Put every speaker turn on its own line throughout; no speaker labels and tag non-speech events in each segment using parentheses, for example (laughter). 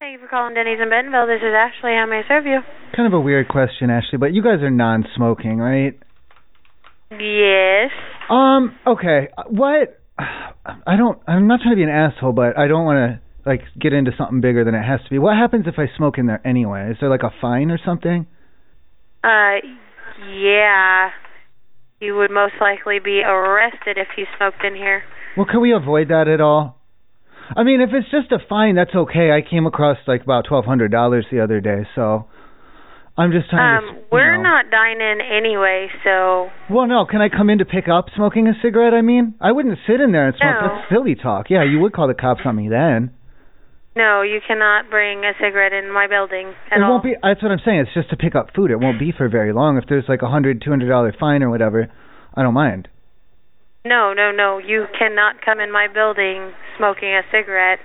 Thank you for calling Denny's in Bentonville. This is Ashley. How may I serve you?
Kind of a weird question, Ashley, but you guys are non-smoking, right?
Yes.
Um. Okay. What? I don't. I'm not trying to be an asshole, but I don't want to like get into something bigger than it has to be. What happens if I smoke in there anyway? Is there like a fine or something?
Uh, yeah. You would most likely be arrested if you smoked in here.
Well, can we avoid that at all? I mean, if it's just a fine, that's okay. I came across like about twelve hundred dollars the other day, so I'm just trying to.
Um,
you
we're
know.
not dining anyway, so
Well, no. Can I come in to pick up smoking a cigarette? I mean, I wouldn't sit in there and smoke.
No.
That's silly talk. Yeah, you would call the cops on me then.
no, you cannot bring a cigarette in my building at
it
all.
won't be. That's what I'm saying. It's just to pick up food. It won't be for very long. If there's like a hundred, two hundred dollar fine or whatever, I don't mind.
No, no, no. You cannot come in my building smoking a cigarette.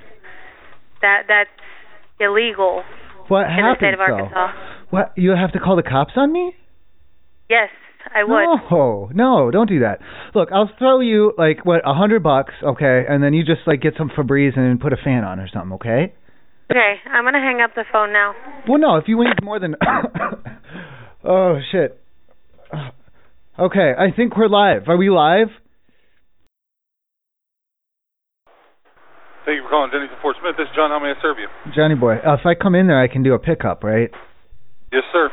That that's illegal
What
in the
happens
state of Arkansas.
though? What you have to call the cops on me?
Yes, I would.
No, no, don't do that. Look, I'll throw you like what a hundred bucks, okay, and then you just like get some Febreze and put a fan on or something, okay?
Okay, I'm gonna hang up the phone now.
(laughs) Well, no, if you need more than. (coughs) oh shit. Okay, I think we're live. Are we live?
Thank you for calling Denny's in Fort Smith. This is John. How may I serve you?
Johnny boy, uh, if I come in there, I can do a pickup, right?
Yes, sir.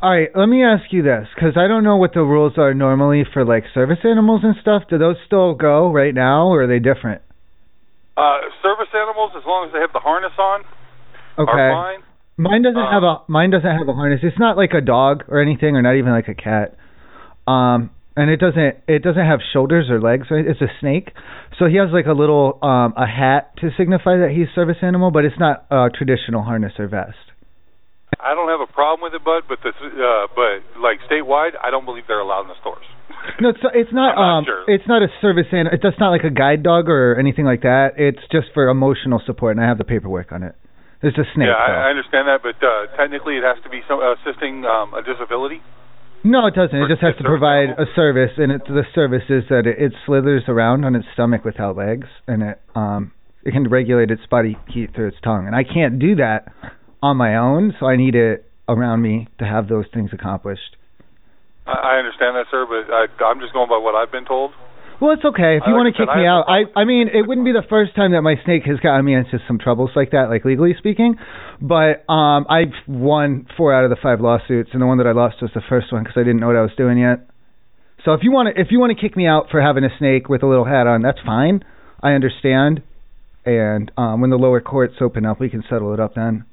All right, let me ask you this, because I don't know what the rules are normally for like service animals and stuff. Do those still go right now, or are they different?
Uh, service animals, as long as they have the harness on, are
Okay,
fine.
mine doesn't
Uh,
have a mine doesn't have a harness. It's not like a dog or anything, or not even like a cat. Um, and it doesn't it doesn't have shoulders or legs. Right? It's a snake, so he has like a little um a hat to signify that he's service animal, but it's not a traditional harness or vest.
I don't have a problem with it, bud, but this, uh, but like statewide, I don't believe they're allowed in the stores.
No, it's it's
I'm
not,
not
um
sure.
it's not a service animal. It's that's not like a guide dog or anything like that. It's just for emotional support, and I have the paperwork on it. It's a snake.
yeah,
though.
I, I understand that, but uh, technically, it has to be some, assisting um, a disability.
no, it doesn't. It
For
just has to
service
provide
animal?
a service, and it, the service is that it, it slithers around on its stomach without legs, and it um it can regulate its body heat through its tongue. And I can't do that on my own, so I need it around me to have those things accomplished.
I, I understand that, sir, but I, I'm just going by what I've been told.
Well, it's okay if
I
you
like
want
I
to
said,
kick
I
me
have no
out. I
problem.
I mean, it wouldn't be the first time that my snake has gotten me into some troubles like that, like legally speaking. But um, I've won four out of the five lawsuits, and the one that I lost was the first one because I didn't know what I was doing yet. So if you want to, if you want to kick me out for having a snake with a little hat on, that's fine. I understand. And um, when the lower courts open up, we can settle it up then.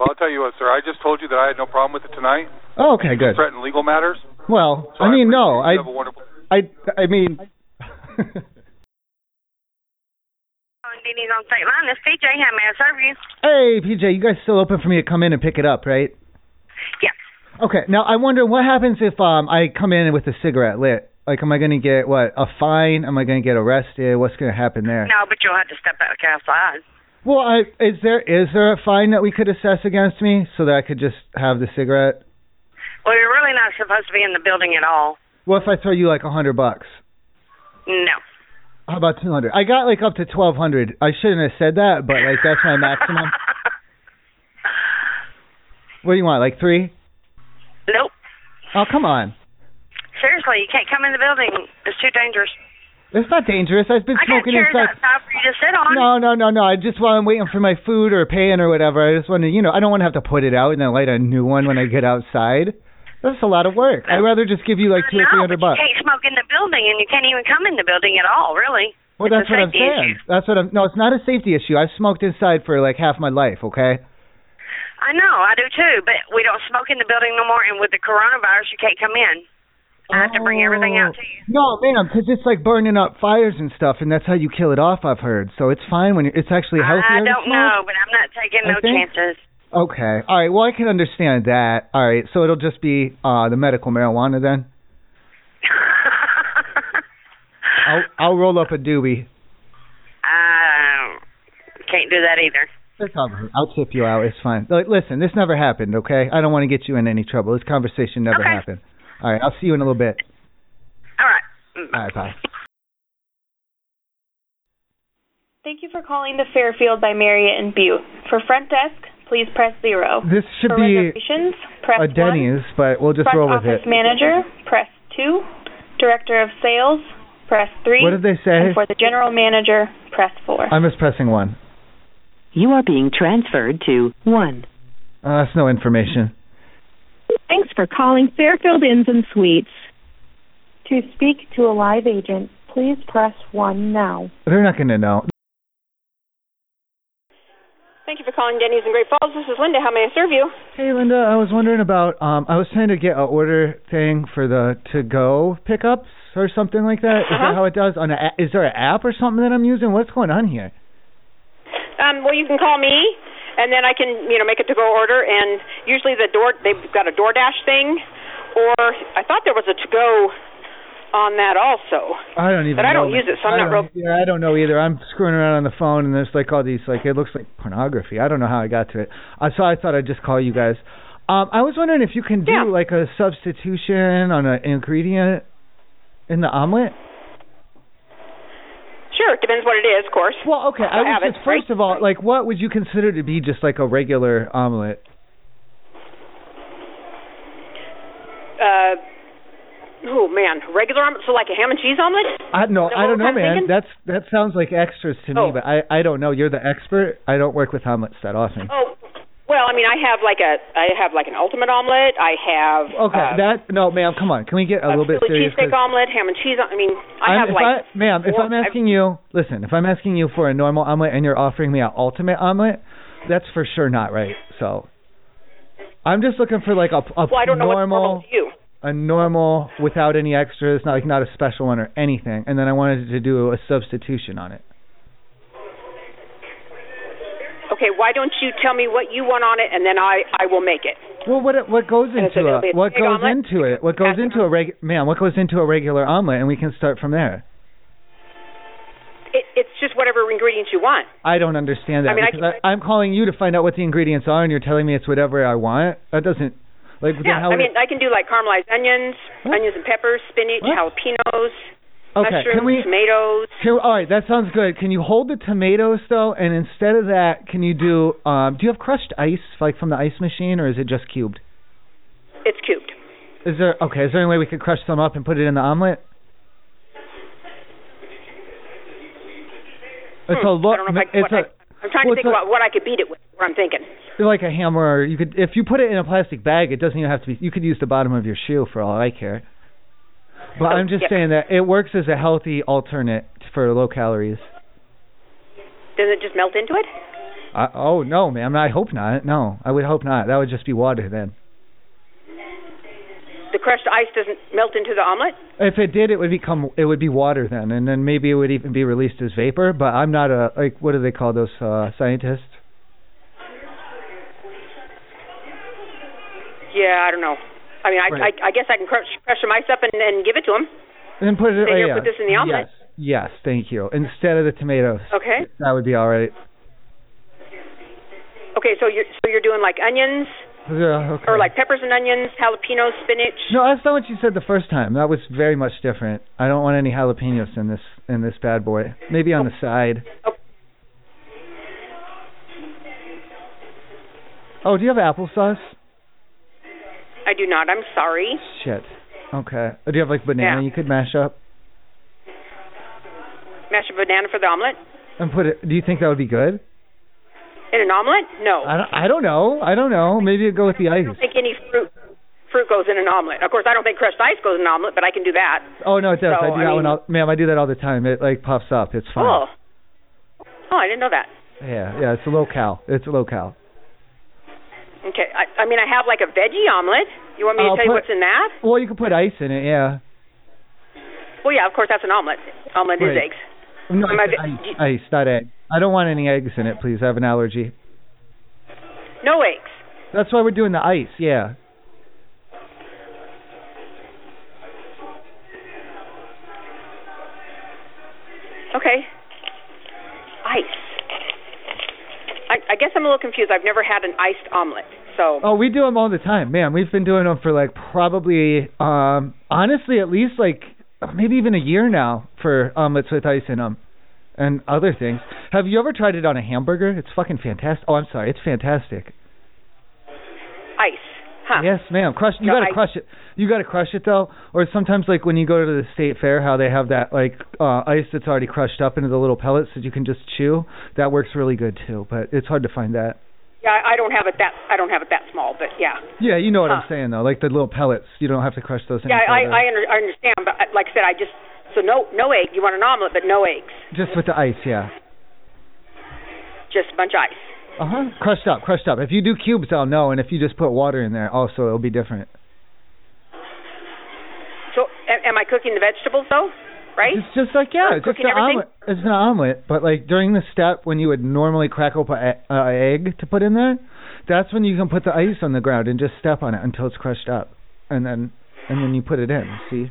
Well, I'll tell you what, sir. I just told you that I had no problem with it tonight.
Oh, okay, good.
Threaten legal matters.
Well,
So
I mean, no,
appreciate
I
you. Have a wonderful.
I I mean. (laughs)
Denny's on state line. This PJ. How may I serve you?
Hey, PJ, you guys still open for me to come in and pick it up, right?
Yeah.
Okay. Now I wonder what happens if um I come in with a cigarette lit. Like, am I going to get what a fine? Am I going to get arrested? What's going to happen there?
No, but you'll have to step back outside.
Well, I is there is there a fine that we could assess against me so that I could just have the cigarette?
Well, you're really not supposed to be in the building at all.
What if I throw you like a hundred bucks?
No.
How about two hundred? I got like up to twelve hundred. I shouldn't have said that, but like that's
(laughs)
my maximum. what do you want? Like three?
Nope.
Oh, come on.
Seriously, you can't come in the building. It's too dangerous.
It's not dangerous. I've been
I got
smoking
chairs
inside.
outside for you to sit on.
No, no, no, no. I just while I'm waiting for my food or paying or whatever, I just want to, you know, I don't want to have to put it out and then light a new one when I get outside. That's a lot of work. I'd rather just give you like two or
No,
three hundred
but
bucks.
You can't smoke in the building, and you can't even come in the building at all, really.
Well,
it's a
that's what I'm
safety
saying.
issue.
That's what I'm. No, it's not a safety issue. I've smoked inside for like half my life. Okay.
I know, I do too, but we don't smoke in the building no more, and with the coronavirus, you can't come in. I have to bring everything out to you.
No, ma'am, because it's like burning up fires and stuff, and that's how you kill it off. I've heard. So it's fine when you it's actually healthier.
I
to
don't
smoke.
know, but I'm not taking
I
no
think-
chances.
Okay. All right. Well, I can understand that. All right. So it'll just be uh the medical marijuana
(laughs)
then. I'll I'll roll up a doobie.
I can't do that either.
It's all right. I'll tip you out. It's fine. Like, listen, this never happened, okay? I don't want to get you in any trouble. This conversation never
Okay.
happened. All right, I'll see you in a little bit.
All right.
All right, bye.
Thank you for calling the Fairfield by Marriott and Butte. For front desk, please press zero.
This should
for
be
reservations, press
a Denny's, Uh, but we'll
one.
just
Front
roll with
office
it.
manager, press two. Director of sales, press three.
What did they say?
And for the general manager, press four.
I'm just pressing one.
You are being transferred to 1.
Uh, that's no information.
Thanks for calling Fairfield Inns and Suites.
To speak to a live agent, please press 1 now.
They're not going to know.
Thank you for calling Denny's in Great Falls. This is Linda. How may I serve you?
Hey, Linda, I was wondering about. Um, I was trying to get a order thing for the to-go pickups or something like that. Is
Uh-huh.
that how it does? On a, a- is there an app or something that I'm using? What's going on here?
Um, well, you can call me, and then I can, you know, make a to-go order. And usually the door, they've got a DoorDash thing, or I thought there was a to-go on that also.
I don't even.
But I don't
know.
use it, so I'm
I
not
don't-
real-
Yeah, I don't know either. I'm screwing around on the phone, and there's like all these like it looks like pornography. I don't know how I got to it. Uh, so I thought I'd just call you guys. Um, I was wondering if you can do
Yeah.
like a substitution on an ingredient in the omelet.
Sure, depends what it is, of course.
Well, okay. I
I
was
have
just
it,
first
right?
of all like, what would you consider to be just like a regular omelet?
Uh, oh man, regular omelet, so like a ham and cheese omelet.
I no,
Is that what
I don't
we're
know,
kinda
man.
thinking?
That's that sounds like extras to me,
Oh.
but I I don't know. You're the expert. I don't work with omelets that often.
Oh, well, I mean, I have like a, I have like an ultimate omelet. I have
Okay,
uh,
that no, ma'am. Come on, can we get a,
a
little bit
Philly
serious?
cheesesteak
'Cause
omelet, ham and cheese. I mean, I
I'm-
have
if
like.
I, ma'am, if
four-
I'm
I've-
asking you, listen, if I'm asking you for a normal omelet and you're offering me an ultimate omelet, that's for sure not right. So, I'm just looking for like a a
well, I don't know what's normal
normal
to you.
a normal without any extras, not like not a special one or anything. And then I wanted to do a substitution on it.
Okay, why don't you tell me what you want on it, and then I I will make it.
Well, what it- what goes
And it's
into
a- it'll be
a,
a
what
big
goes
omelet.
into it? What goes
Yeah.
into a reg man? What goes into a regular omelet, and we can start from there.
it it's just whatever ingredients you want.
I don't understand that
I mean, I
because
can-
I, am calling you to find out what the ingredients are, and you're telling me it's whatever I want. That doesn't like then
Yeah,
how
I
would
mean, I can do like caramelized onions,
What?
onions and peppers, spinach,
What?
jalapenos,
it, okay.
mushrooms,
Can we?
tomatoes.
Can, all right, that sounds good. Can you hold the tomatoes though, and instead of that, can you do? Um, do you have crushed ice like from the ice machine, or is it just cubed?
It's cubed.
Is there okay? Is there any way we could crush some up and put it in the omelet? It's
Hmm,
a lo-
I don't know if I,
it's
what
a
I, I'm trying
well,
to
it's
think
a-
about what I could beat it with. What I'm thinking.
like a hammer. or You could if you put it in a plastic bag, it doesn't even have to be. You could use the bottom of your shoe for all I care. But
Oh,
I'm just
yeah.
saying that it works as a healthy alternate for low calories.
Does it just melt into it?
I, oh no, ma'am! I hope not. No, I would hope not. That would just be water then.
The crushed ice doesn't melt into the omelet.
If it did, it would become it would be water then, and then maybe it would even be released as vapor. But I'm not a like what do they call those uh, scientists?
Yeah, I don't know. I mean, I
Right.
I, I guess I can crush crush some ice up and, and give it to him.
And then put it.
Then
oh,
you'll put
yeah.
this in the omelet.
Yes, yes, thank you. Instead of the tomatoes,
Okay.
that would be all right.
Okay, so you're so you're doing like onions
Yeah, okay.
or like peppers and onions, jalapenos, spinach.
No, that's not what you said the first time. That was very much different. I don't want any jalapenos in this in this bad boy. Maybe on the side.
Oh.
Oh, do you have applesauce?
I do not. I'm sorry.
Shit. Okay. Oh, do you have like banana
Yeah.
you could mash up
Mash a banana for the omelet
and put it? Do you think that would be good?
in an omelet? No.
I don't. I don't know. I don't know. Maybe it'd go with the
I
ice.
don't think any fruit fruit goes in an omelet. Of course, I don't think crushed ice goes in an omelet, but I can do that.
Oh no, it does. I
So,
do
I
that
mean-
one, all, ma'am. I do that all the time. It like pops up. It's fine.
Oh. Oh, I didn't know that.
Yeah, yeah. It's a locale. It's a locale.
Okay. I, I mean, I have like a veggie omelet. You want me
I'll
to tell you
put-
what's in that?
Well, you could put ice in it. Yeah.
Well, yeah, of course, that's an omelet. Omelet is
Right.
eggs.
No,
Am Um, I
I said
the-
ice, ice, not egg. I don't want any eggs in it, please. I have an allergy.
No eggs.
That's why we're doing the ice. Yeah.
Okay. Ice. I, I guess I'm a little confused. I've never had an iced omelet, so.
Oh, we do them all the time, man. We've been doing them for like probably, um, honestly, at least like maybe even a year now for omelets with ice in them. and other things. Have you ever tried it on a hamburger? It's fucking fantastic. Oh, I'm sorry, it's fantastic.
Ice. Huh.
Yes, ma'am. Crush. You
No,
gotta
I-
crush it. You gotta crush it though. Or sometimes, like when you go to the state fair, how they have that like uh ice that's already crushed up into the little pellets that you can just chew. That works really good too. But it's hard to find that.
Yeah, I don't have it that I don't have it that small, but yeah.
Yeah, you know what I'm
Huh.
saying though. Like the little pellets, you don't have to crush those. any
Yeah, I
further.
I, under, I understand, but I- like I said, I just so no no egg. You want an omelet, but no eggs,
Just with the ice, yeah.
just a bunch of ice.
Uh huh. Crushed up, crushed up. If you do cubes, I'll know. And if you just put water in there, also it'll be different.
So a- am I cooking the vegetables though? Right?
It's just like yeah,
Like
it's just
cooking
an
everything?
omelet. It's an omelet, but like during the step when you would normally crack open an uh, egg to put in there, that's when you can put the ice on the ground and just step on it until it's crushed up, and then and then you put it in. See?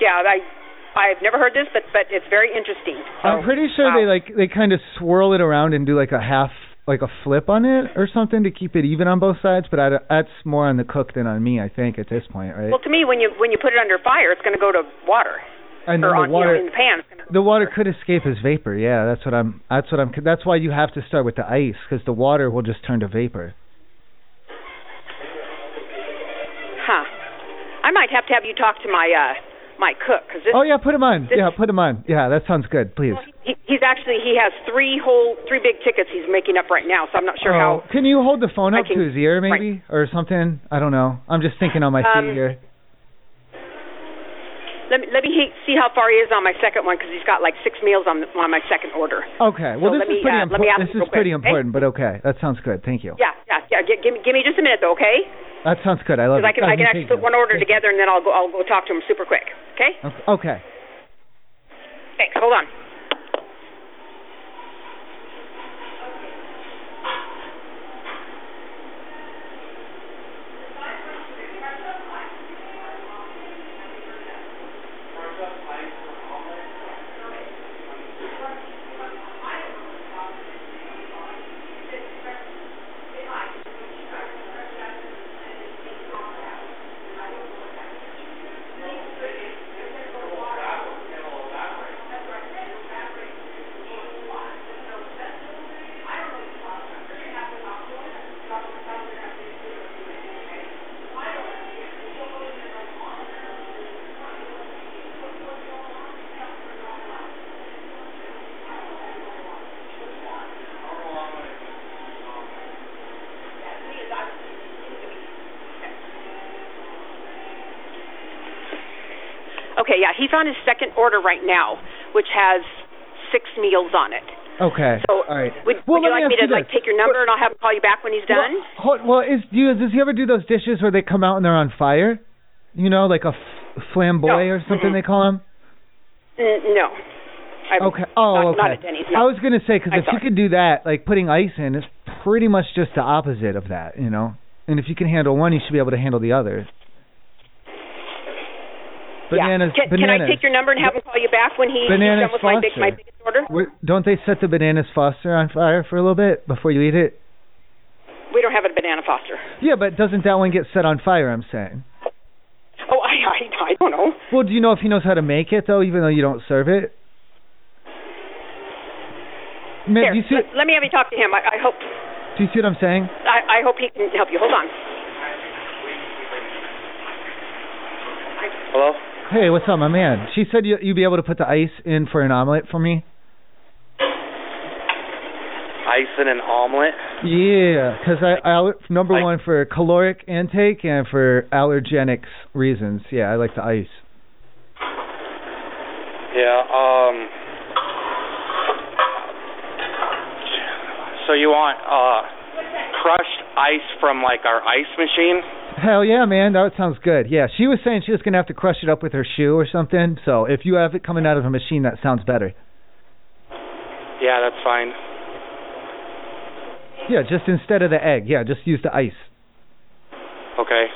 Yeah, I I've never heard this, but but it's very interesting. So, um,
I'm pretty sure they
wow.
like they kind of swirl it around and do like a half like a flip on it or something to keep it even on both sides. But I, don't- that's more on the cook than on me, I think, at this point, right?
Well, to me, when you when you put it under fire, it's going to go to water
and then
or
the
on
water.
you know, in the pan. It's gonna go to
The water could escape as vapor. Yeah, that's what I'm. That's what I'm. That's why you have to start with the ice, because the water will just turn to vapor.
Huh. I might have to have you talk to my uh my cook because this
Oh yeah, put 'em on.
this-
Yeah, put 'em on. Yeah, that sounds good. Please.
he, he's actually he has three whole three big tickets he's making up right now, so I'm not sure
Oh,
how.
can you hold the phone
I
up
can-
to his ear, maybe, or something? I don't know. I'm just thinking on my feet
Um,
here.
Let me let me he, see how far he is on my second one because he's got like six meals on the, on my second order.
Okay. Well,
so let
this
me,
is pretty
uh, let me ask
important. This
him real
is pretty
quick, okay?
important, but okay. That sounds good. Thank you.
Yeah, yeah, yeah. Give, give me give me just a minute though, okay?
That sounds good. I love
Because I can
it.
I
Oh,
can
you
actually put
take
one order
it.
together and then I'll go I'll go talk to him super quick. Okay?
Okay.
Thanks. Hold on. Okay, yeah, he's on his second order right now, which has six meals on it.
Okay.
So
All right.
would, would
well,
you
let
like
me ask
me to
you
like
this.
take your number and I'll have him call you back when he's done?
Well, hold, well is, do you, does he ever do those dishes where they come out and they're on fire? You know, like a f- flamboy
No.
or something
Mm-mm.
they call them?
N- Mm, no. I,
Okay. Oh,
not, Not
okay.
at Denny's.
I
No.
was gonna say because
I'm
if you
sorry.
could do that, like putting ice in, is pretty much just the opposite of that, you know. And if you can handle one, you should be able to handle the other. Bananas.
yeah. Can, can I
bananas.
take your number and have him call you back when he,
Bananas
he's done with my, big, my
Foster.
biggest order?
Wait, Don't they set the bananas Foster on fire for a little bit before you eat it?
We don't have a banana Foster.
Yeah, but doesn't that one get set on fire? I'm saying.
Oh, I, I, I don't know.
Well, do you know if he knows how to make it though, even though you don't serve it? Ma'am,
Here,
do you see?
let, let me have you talk to him. I, I hope
Do you see what I'm saying?
I, I hope he can help you. Hold on.
Hello?
Hey, what's up, my man? She said you, you'd be able to put the ice in for an omelet for me.
Ice in an omelet?
Yeah, because I, I number
I-
one for caloric intake and for allergenics reasons. Yeah, I like the ice.
Yeah, um. So you want, uh, crushed ice from, like, our ice machine?
Hell yeah, man, that sounds good. Yeah, she was saying she was gonna have to crush it up with her shoe or something. So if you have it coming out of a machine, that sounds better.
Yeah, that's fine.
Yeah, just instead of the egg, yeah, just use the ice.
Okay.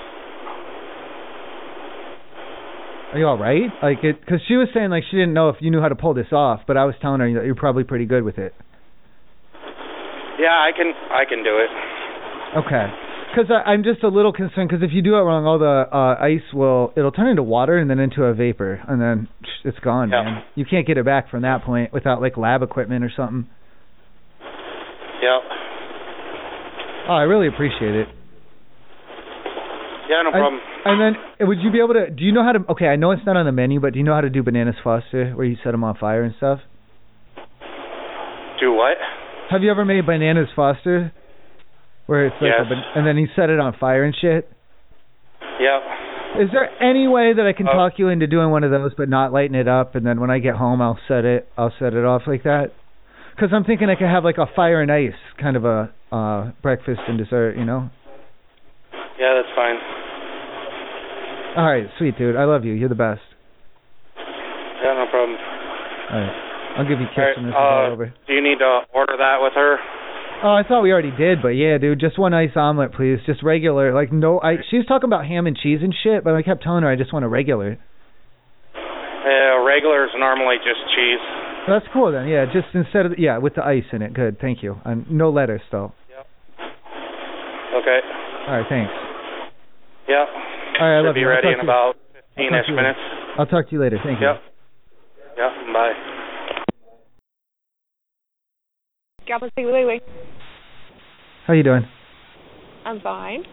Are you all right? Like it, because she was saying like she didn't know if you knew how to pull this off, but I was telling her that you're probably pretty good with it.
Yeah, I can, I can do it.
Okay. Because I'm just a little concerned because if you do it wrong, all the uh, ice will it'll turn into water and then into a vapor and then psh, it's gone,
Yeah.
man. You can't get it back from that point without like lab equipment or something.
Yeah.
Oh, I really appreciate it.
Yeah, no
I-
problem.
And then uh, would you be able to? Do you know how to? Okay, I know it's not on the menu, but do you know how to do bananas foster where you set them on fire and stuff?
Do what?
Have you ever made bananas foster? Where it's like a
Yes.
ban- and then you set it on fire and shit.
Yeah.
Is there any way that I can
Uh,
talk you into doing one of those, but not lighting it up, and then when I get home, I'll set it, I'll set it off like that? Because I'm thinking I could have like a fire and ice kind of a uh breakfast and dessert, you know.
Yeah, that's fine.
All right, sweet dude, I love you. You're the best.
Yeah, no problem.
All right, I'll give you a kiss
All right,
when this is all
uh,
over.
Do you need to order that with her?
Oh, I thought we already did, but yeah, dude, just one ice omelet, please, just regular, like no. I she was talking about ham and cheese and shit, but I kept telling her I just want a regular.
Uh,
Yeah, regular is normally just cheese.
That's cool then. Yeah, just instead of yeah, with the ice in it. Good, thank you. And no lettuce though.
Okay.
All right, thanks.
Yeah.
All right, I
Should
love
be
you. I'll
ready
talk
in
to you-
about
I'll
15 ish
talk to you later.
minutes.
I'll talk to you later. Thank you.
Yep. Yeah, bye.
How you doing?
I'm fine.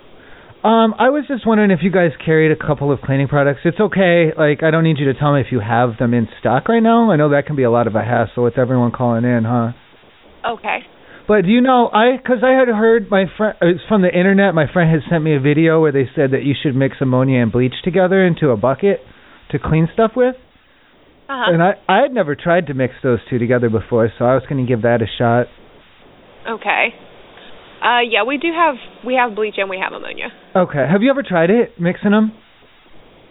Um, I was just wondering if you guys carried a couple of cleaning products. It's okay. Like, I don't need you to tell me if you have them in stock right now. I know that can be a lot of a hassle with everyone calling in, huh?
Okay.
But do you know, I because I had heard my friend it's from the internet. My friend had sent me a video where they said that you should mix ammonia and bleach together into a bucket to clean stuff with.
Uh-huh.
And I I had never tried to mix those two together before, so I was going to give that a shot.
Okay. Uh, yeah, we do have we have bleach and we have ammonia.
Okay. Have you ever tried it mixing them?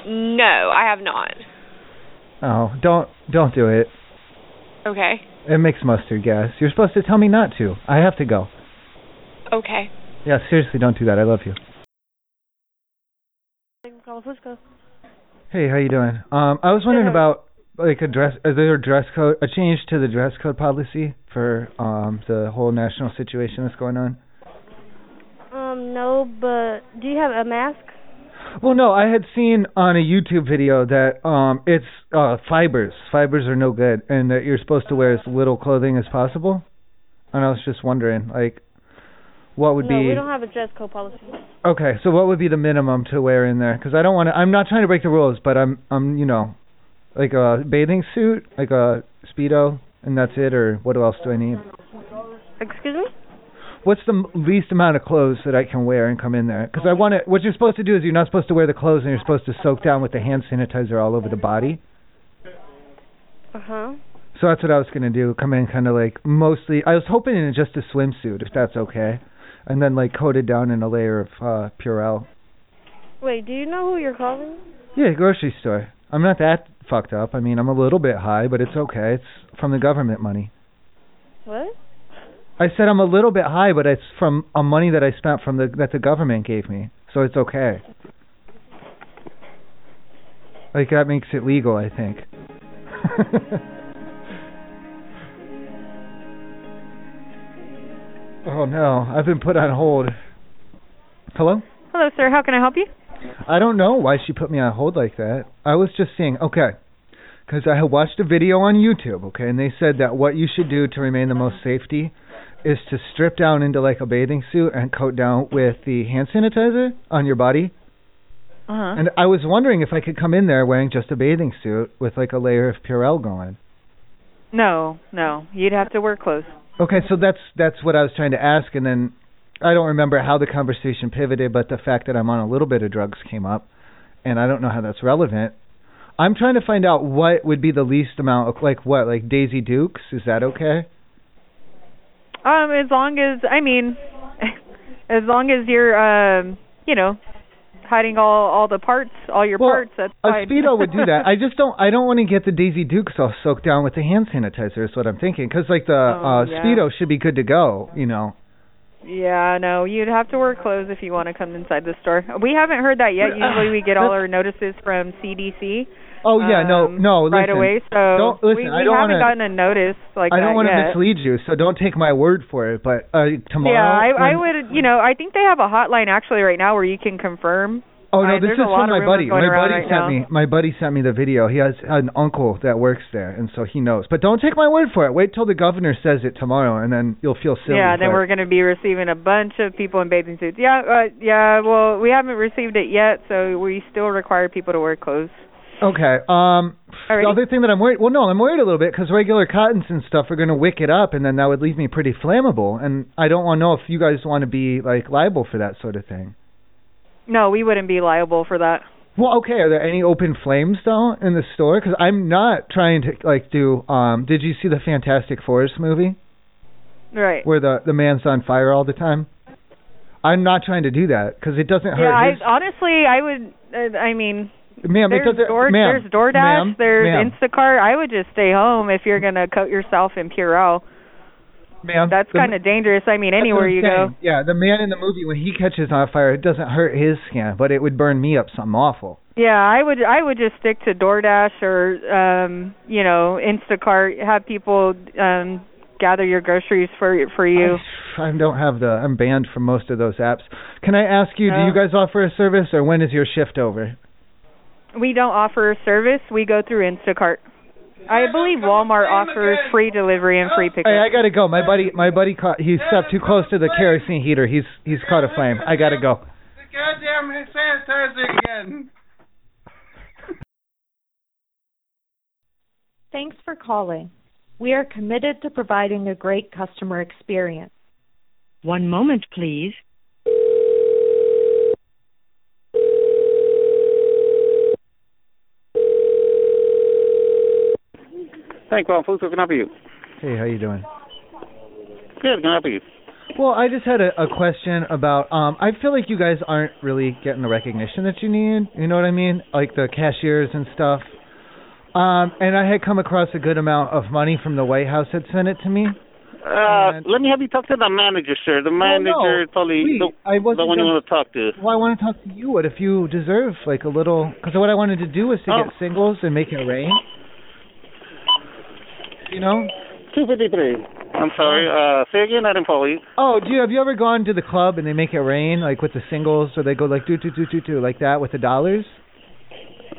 No, I have not.
Oh, don't don't do it.
Okay.
It makes mustard gas. You're supposed to tell me not to. I have to go.
Okay.
Yeah, seriously, don't do that. I love you. Hey, how you doing? Um, I was wondering about like a dress. Is there a dress code? A change to the dress code policy for um the whole national situation that's going on.
Um, no, but do you have a mask?
Well, no, I had seen on a YouTube video that um it's uh fibers. Fibers are no good, and that you're supposed to wear as little clothing as possible. And I was just wondering, like, what would
no,
be?
we don't have a dress code policy.
Okay, so what would be the minimum to wear in there? Because I don't want to. I'm not trying to break the rules, but I'm, I'm, you know, like a bathing suit, like a speedo, and that's it. Or what else do I need?
Excuse me?
What's the m- least amount of clothes that I can wear and come in there? Because I want to. What you're supposed to do is you're not supposed to wear the clothes, and you're supposed to soak down with the hand sanitizer all over the body.
Uh huh.
So that's what I was gonna do. Come in kind of like mostly. I was hoping in just a swimsuit, if that's okay, and then like coated down in a layer of uh Purell.
Wait, do you know who you're calling?
Yeah, grocery store. I'm not that fucked up. I mean, I'm a little bit high, but it's okay. It's from the government money.
What?
I said I'm a little bit high, but it's from a money that I spent from the that the government gave me. So it's okay. Like that makes it legal, I think. (laughs) oh no, I've been put on hold. Hello?
Hello, sir. How can I help you?
I don't know why she put me on hold like that. I was just seeing, okay, because I had watched a video on YouTube, okay, and they said that what you should do to remain the most safety is to strip down into like a bathing suit and coat down with the hand sanitizer on your body.
Uh
And I was wondering if I could come in there wearing just a bathing suit with like a layer of Purell going.
No, no. You'd have to wear clothes.
Okay, so that's that's what I was trying to ask, and then I don't remember how the conversation pivoted, but the fact that I'm on a little bit of drugs came up, and I don't know how that's relevant. I'm trying to find out what would be the least amount, of, like what, like Daisy Dukes? Is that okay?
Um, as long as I mean, (laughs) as long as you're um, you know, hiding all all the parts, all your
Well,
parts. That's
A
fine.
speedo would
(laughs)
do that. I just don't. I don't want to get the Daisy Dukes all soaked down with the hand sanitizer. Is what I'm thinking, because like the
Oh,
uh,
yeah.
speedo should be good to go. You know.
yeah, no. You'd have to wear clothes if you want to come inside the store. We haven't heard that yet. Usually, we get all our notices from CDC.
Oh yeah, no, no.
uh, Um,
Listen,
right away. So
don't listen.
we,
I
we
don't
haven't
wanna,
gotten a notice like
I don't
that
wanna
yet.
mislead you, so don't take my word for it. But uh, tomorrow.
yeah, I, I
when-
would. You know, I think they have a hotline actually right now where you can confirm.
Oh
I-
no, this
there's
is
a lot
from
of
my
rumors
buddy.
going
My
around
buddy
right
sent
now.
me. My buddy sent me the video. He has an uncle that works there, and so he knows. But don't take my word for it. Wait till the governor says it tomorrow, and then you'll feel silly.
yeah, then
but-
we're going to be receiving a bunch of people in bathing suits. Yeah, uh, yeah. Well, we haven't received it yet, so we still require people to wear clothes.
Okay. Um, the other thing that I'm worried. Well, no, I'm worried a little bit because regular cottons and stuff are going to wick it up, and then that would leave me pretty flammable. And I don't want to know if you guys want to be like liable for that sort of thing.
No, we wouldn't be liable for that.
Well, okay. Are there any open flames though in the store? Because I'm not trying to like do. Um, did you see the Fantastic Forest movie
Right.
where the the man's on fire all the time? I'm not trying to do that because it doesn't hurt.
yeah, I
his-
honestly, I would. Uh, I mean,
ma'am, it
there's,
doesn't.
Door,
ma'am,
there's DoorDash,
ma'am,
there's
ma'am,
Instacart. I would just stay home if you're gonna coat yourself in Purell.
ma'am.
That's
the-
kind of dangerous. I mean, anywhere you go.
Yeah, the man in the movie when he catches on fire, it doesn't hurt his skin, but it would burn me up something awful.
Yeah, I would I would just stick to DoorDash or um, you know, Instacart, have people um gather your groceries for for you.
I don't have the. I'm banned from most of those apps. Can I ask you? Do
Oh.
you guys offer a service, or when is your shift over?
We don't offer service, we go through Instacart. I believe Walmart offers free delivery and free pickup.
Hey, I gotta go. My buddy, my buddy caught. He stepped too close to the kerosene heater. He's he's caught a flame. I gotta go.
Goddamn sanitizer again.
Thanks for calling. We are committed to providing a great customer experience.
One moment, please.
Hey, Quan Fu, can I help you?
Hey, how you doing?
Good, can I help you?
Well, I just had a, a question about. Um, I feel like you guys aren't really getting the recognition that you need. You know what I mean? Like the cashiers and stuff. Um, and I had come across a good amount of money from the White House had sent it to me.
Uh, let me have you talk to the manager, sir. The
Well, Oh, no,
manager is probably
please,
the,
I wasn't
the one you
gonna-
want to talk to.
Well, I want to talk to you. What if you deserve like a little? Because what I wanted to do was to
Oh.
get singles and make it rain. You know.
Two fifty three. I'm sorry. Uh, say again. I didn't follow you.
Oh, do you have you ever gone to the club and they make it rain like with the singles, or they go like do do do do do like that with the dollars?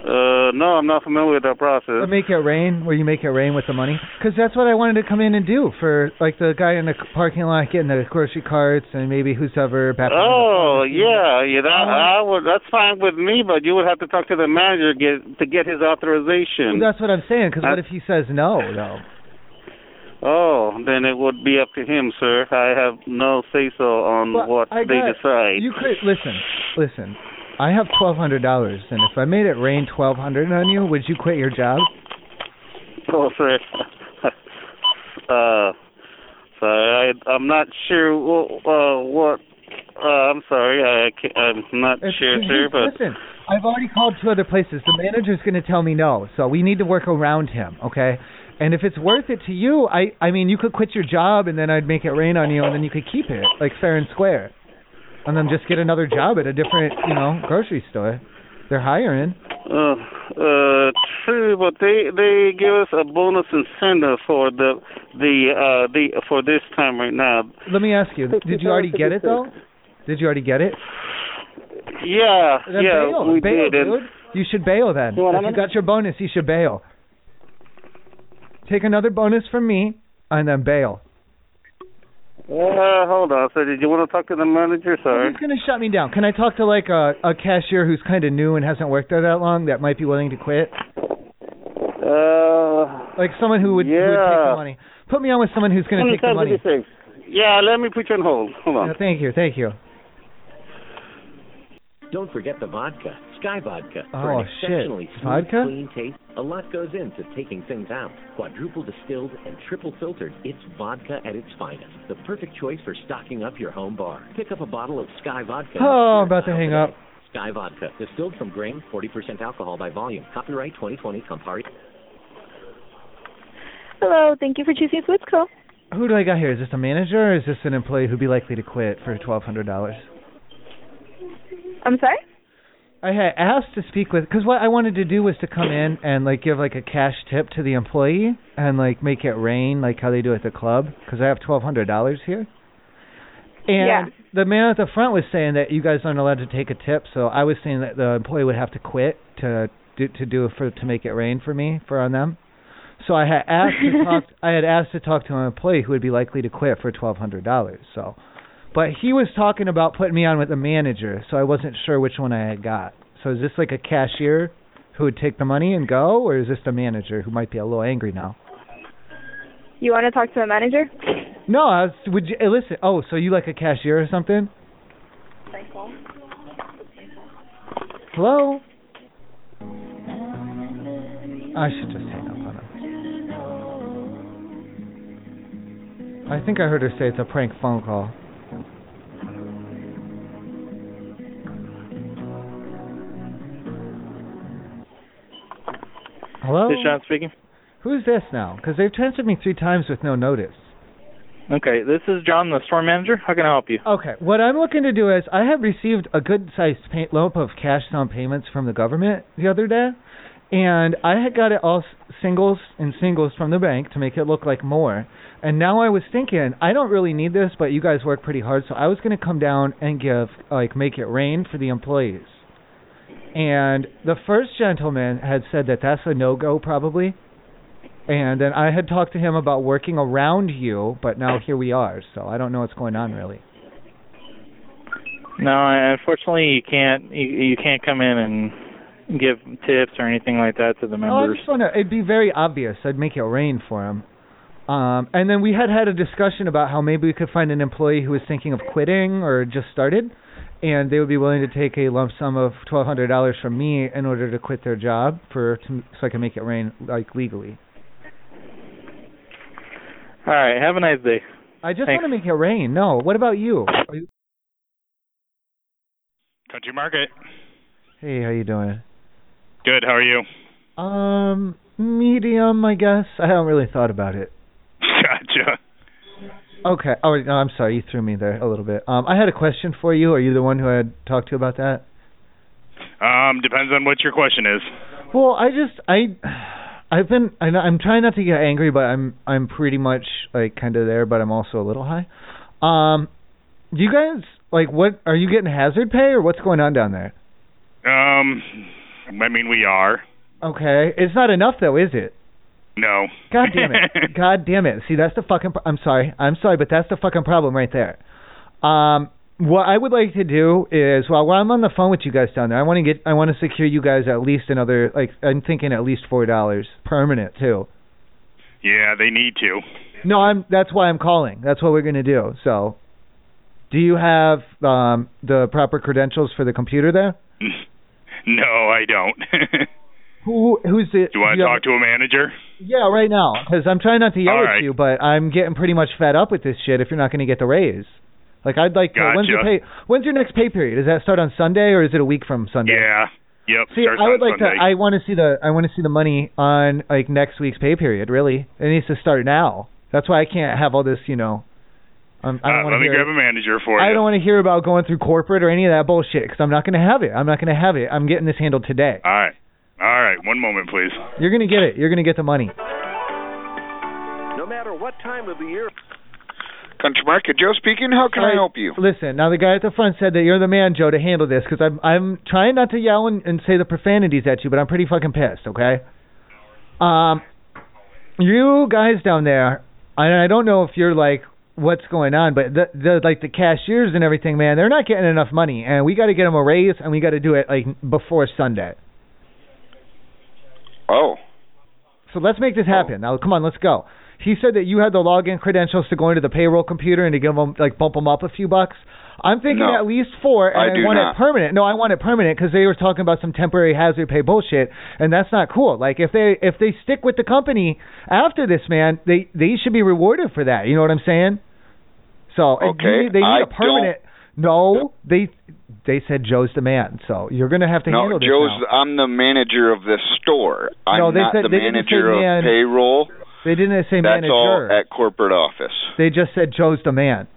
Uh, no, I'm not familiar with that
Uh,
process.
make it rain where you make it rain with the money because that's what i wanted to come in and do for like the guy in the c- parking lot getting the grocery carts and maybe who's ever back
Oh yeah, yeah. That, I would. That's fine with me, but you would have to talk to the manager get to get his authorization.
that's what i'm saying because what if he says no though
oh, then it would be up to him, sir. I have no say so on
But
what
I
they
got-
decide.
you could listen listen i have twelve hundred dollars and if i made it rain twelve hundred on you would you quit your job
Oh, (laughs) sorry. uh, sorry, I, I'm not sure what. Uh, what uh, I'm sorry, I, can't, I'm not
It's-
sure,
you-
sir. But
listen i've already called two other places the manager's going to tell me no so we need to work around him okay and if it's worth it to you i i mean you could quit your job and then i'd make it rain on you and then you could keep it like fair and square and then just get another job at a different you know grocery store they're hiring
uh, uh, true, but they they give us a bonus incentive for the the uh the for this time right now.
let me ask you did you already get it though did you already get it
Yeah,
Then
yeah,
bail.
we
bail,
did. and-
dude. You should bail then.
You want
if you
another?
got your bonus, you should bail. Take another bonus from me and then bail.
Uh, hold on. So did you want to talk to the manager? Sorry.
Who's gonna shut me down? Can I talk to like a, a cashier who's kind of new and hasn't worked there that long that might be willing to quit?
Uh,
Like someone who would, who would take
Yeah.
the money. Put me on with someone who's gonna take the money.
2756. Yeah, let me put you on hold. Hold on.
Yeah, thank you, thank you.
Don't forget the vodka, Sky Vodka. For
Oh,
an
shit.
exceptionally smooth,
Vodka?
clean taste, a lot goes into taking things out. Quadruple distilled and triple filtered, it's vodka at its finest. The perfect choice for stocking up your home bar. Pick up a bottle of Sky Vodka.
Oh, I'm about to hang up.
Sky Vodka, distilled from grain, 40% alcohol by volume. Copyright 2020, Campari.
Hello, thank you for choosing Swissco.
Who do I got here? Is this a manager or is this an employee who'd be likely to quit for twelve hundred dollars?
I'm sorry?
I had asked to speak with because what I wanted to do was to come in and like give like a cash tip to the employee and like make it rain like how they do at the club because I have twelve hundred dollars here. And
Yeah.
the man at the front was saying that you guys aren't allowed to take a tip, so I was saying that the employee would have to quit to do to do for to make it rain for me for on them. So I had asked to talk. I had asked to talk to an employee who would be likely to quit for twelve hundred dollars. So, but he was talking about putting me on with the manager, so I wasn't sure which one I had got. So is this like a cashier who would take the money and go, or is this the manager who might be a little angry now?
You want to talk to the manager?
No, I was, would you eh, listen? Oh, so you like a cashier or something? Hello. I should just hang up on him. I think I heard her say it's a prank phone call. Hello?
This is
Oh.
Sean speaking.
Who's this now? Because they've texted me three times with no notice.
Okay, this is John, the store manager. How can I help you?
Okay, what I'm looking to do is I have received a good sized pay- lump of cash down payments from the government the other day, and I had got it all s- singles and singles from the bank to make it look like more. And now I was thinking I don't really need this, but you guys work pretty hard, so I was going to come down and give like make it rain for the employees. And the first gentleman had said that that's a no go probably. And then I had talked to him about working around you, but now here we are. So I don't know what's going on really.
No, unfortunately, you can't. You, you can't come in and give tips or anything like that to the
Oh, I
members.
just want to. It'd be very obvious. I'd make it rain for him. Um, and then we had had a discussion about how maybe we could find an employee who was thinking of quitting or just started, and they would be willing to take a lump sum of twelve hundred dollars from me in order to quit their job for to, so I can make it rain like legally.
All right. Have a nice day.
I just
Thanks.
want to make it rain. No. What about you? Are you-
Country Market.
Hey, how you doing?
Good. How are you? (laughs)
Um, medium, I guess. I haven't really thought about it.
gotcha.
Okay. Oh, no, I'm sorry. You threw me there a little bit. Um, I had a question for you. Are you the one who I had talked to about that?
Um, depends on what your question is.
Well, I just I I've been I know, I'm trying not to get angry, but I'm I'm pretty much like kind of there, but I'm also a little high. Um, you guys like what are you getting hazard pay or what's going on down there?
Um, I mean we are.
Okay, it's not enough though, is it?
No.
God damn it! God damn it! See, that's the fucking. Pro- I'm sorry. I'm sorry, but that's the fucking problem right there. Um, what I would like to do is, well, while I'm on the phone with you guys down there, I want to get, I want to secure you guys at least another, like, I'm thinking at least four dollars permanent too.
(laughs) Yeah, they need to. (laughs)
No, I'm. That's why I'm calling. That's what we're gonna do. So, do you have um the proper credentials for the computer there?
No, I don't. (laughs)
Who who's the?
Do you want to
yeah,
talk to a manager?
Yeah, right now, because I'm trying not to yell
All
at
right.
you, but I'm getting pretty much fed up with this shit. If you're not gonna get the raise, like I'd like. To, when's your
Gotcha.
pay? When's your next pay period? Does that start on Sunday or is it a week from Sunday?
Yeah. Yep.
See,
starts
I would
on
like
Sunday.
to. I want to see the. I want to see the money on like next week's pay period. Really, it needs to start now. That's why I can't have all this. You know, um, I don't
Uh,
wanna
let me
hear-
grab a manager for you.
I don't want to hear about going through corporate or any of that bullshit because I'm not going to have it. I'm not going to have it. I'm getting this handled today.
Uh,
All right. All right. One moment, please.
You're going to get it. You're going to get the money.
No matter what time of the year.
Country Market Joe speaking. How can I
Hey,
help you?
Listen, now the guy at the front said that you're the man, Joe, to handle this because I'm I'm trying not to yell and, and say the profanities at you, but I'm pretty fucking pissed. Okay. Um, you guys down there, I I don't know if you're like what's going on, but the the like the cashiers and everything, man, they're not getting enough money, and we got to get them a raise, and we got to do it like before Sunday.
Oh,
So let's make this happen. Now, come on, let's go. He said that you had the login credentials to go into the payroll computer and to give them like bump them up a few bucks. I'm thinking
No.
at least four, and
I
I,
do
want
not.
it permanent. No, I want it permanent because they were talking about some temporary hazard pay bullshit, and that's not cool. Like if they if they stick with the company after this, man, they they should be rewarded for that. You know what I'm saying? So and
Okay,
you need- they
I
need a
don't-
permanent. No, they they said Joe's the man, so you're gonna have to
no,
handle this.
Joe's.
now.
I'm the manager of this store. I'm
No, they
not
said-
the
they didn't say
manager of
man.
payroll.
They didn't say
That's
manager.
all at corporate office.
They just said Joe's the man.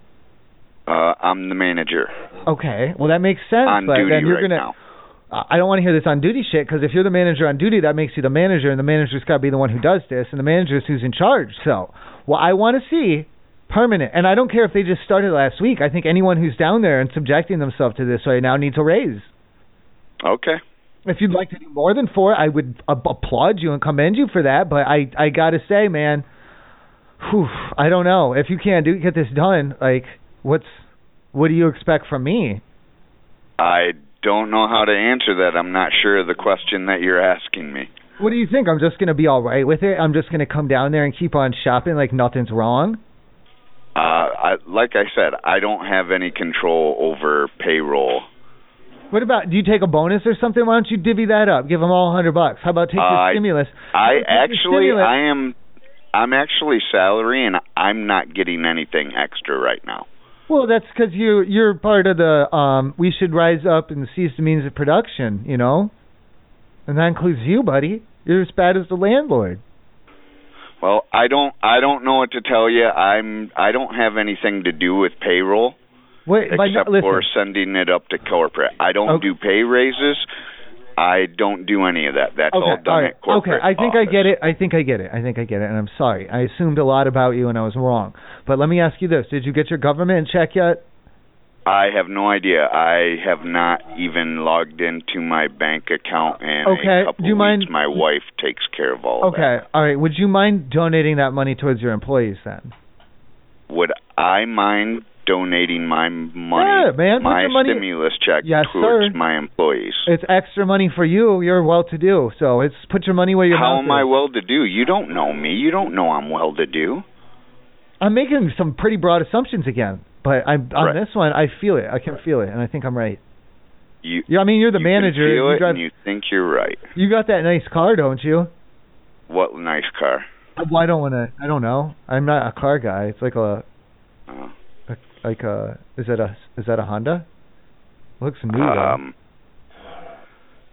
Uh, I'm the manager.
Okay, well that makes sense.
On
but
duty
then you're
right
gonna.
now.
I I don't want to hear this on duty shit because if you're the manager on duty, that makes you the manager, and the manager's got to be the one who does this, and the manager's who's in charge. So, what I want to see permanent, and I don't care if they just started last week. I think anyone who's down there and subjecting themselves to this right now needs a raise.
Okay.
If you'd like to do more than four, I would a- applaud you and commend you for that. But I I gotta say, man, whew, I don't know if you can't do get this done. Like, what's what do you expect from me?
I don't know how to answer that. I'm not sure of the question that you're asking me.
What do you think? I'm just gonna be all right with it. I'm just gonna come down there and keep on shopping like nothing's wrong.
Uh, I, like I said, I don't have any control over payroll.
What about? Do you take a bonus or something? Why don't you divvy that up? Give them all a hundred bucks. How about take your
Uh,
stimulus?
I
Take your
actually,
stimulus.
I am, I'm actually salary, and I'm not getting anything extra right now.
Well, that's because you you're part of the um. We should rise up and seize the means of production. You know, and that includes you, buddy. You're as bad as the landlord.
Well, I don't, I don't know what to tell you. I'm, I don't have anything to do with payroll
Wait, but no-
except
listen,
for sending it up to corporate. I don't
Okay.
do pay raises. I don't do any of that. That's
okay,
all done
all right.
at corporate.
Okay, I think I get it. I think I get it. I think I get it. And I'm sorry. I assumed a lot about you, and I was wrong. But let me ask you this: Did you get your government check yet?
I have no idea. I have not even logged into my bank account and
Okay,
a couple
do you
weeks
mind-
my wife takes care of all of
Okay, all right. Would you mind donating that money towards your employees then?
that. Would I mind donating my money
Yeah, man, put
my
your money-
stimulus check
Yes,
towards
sir.
my employees?
It's extra money for you. You're well to do, so it's put your money where your
How
mouth
am I well to do? You don't know me. You don't know I'm well to do.
I'm making some pretty broad assumptions again, but I'm on
Right.
this one. I feel it. I can feel it, and I think I'm right.
You
Yeah, I mean, you're the
can
manager.
feel
you
it
drive.
and you think you're right.
you got that nice car, don't you?
What nice car.
Well, I don't want to. I don't know. I'm not a car guy. It's like a,
Oh.
a like a. Is that a is that a Honda? Looks new. though.
Um,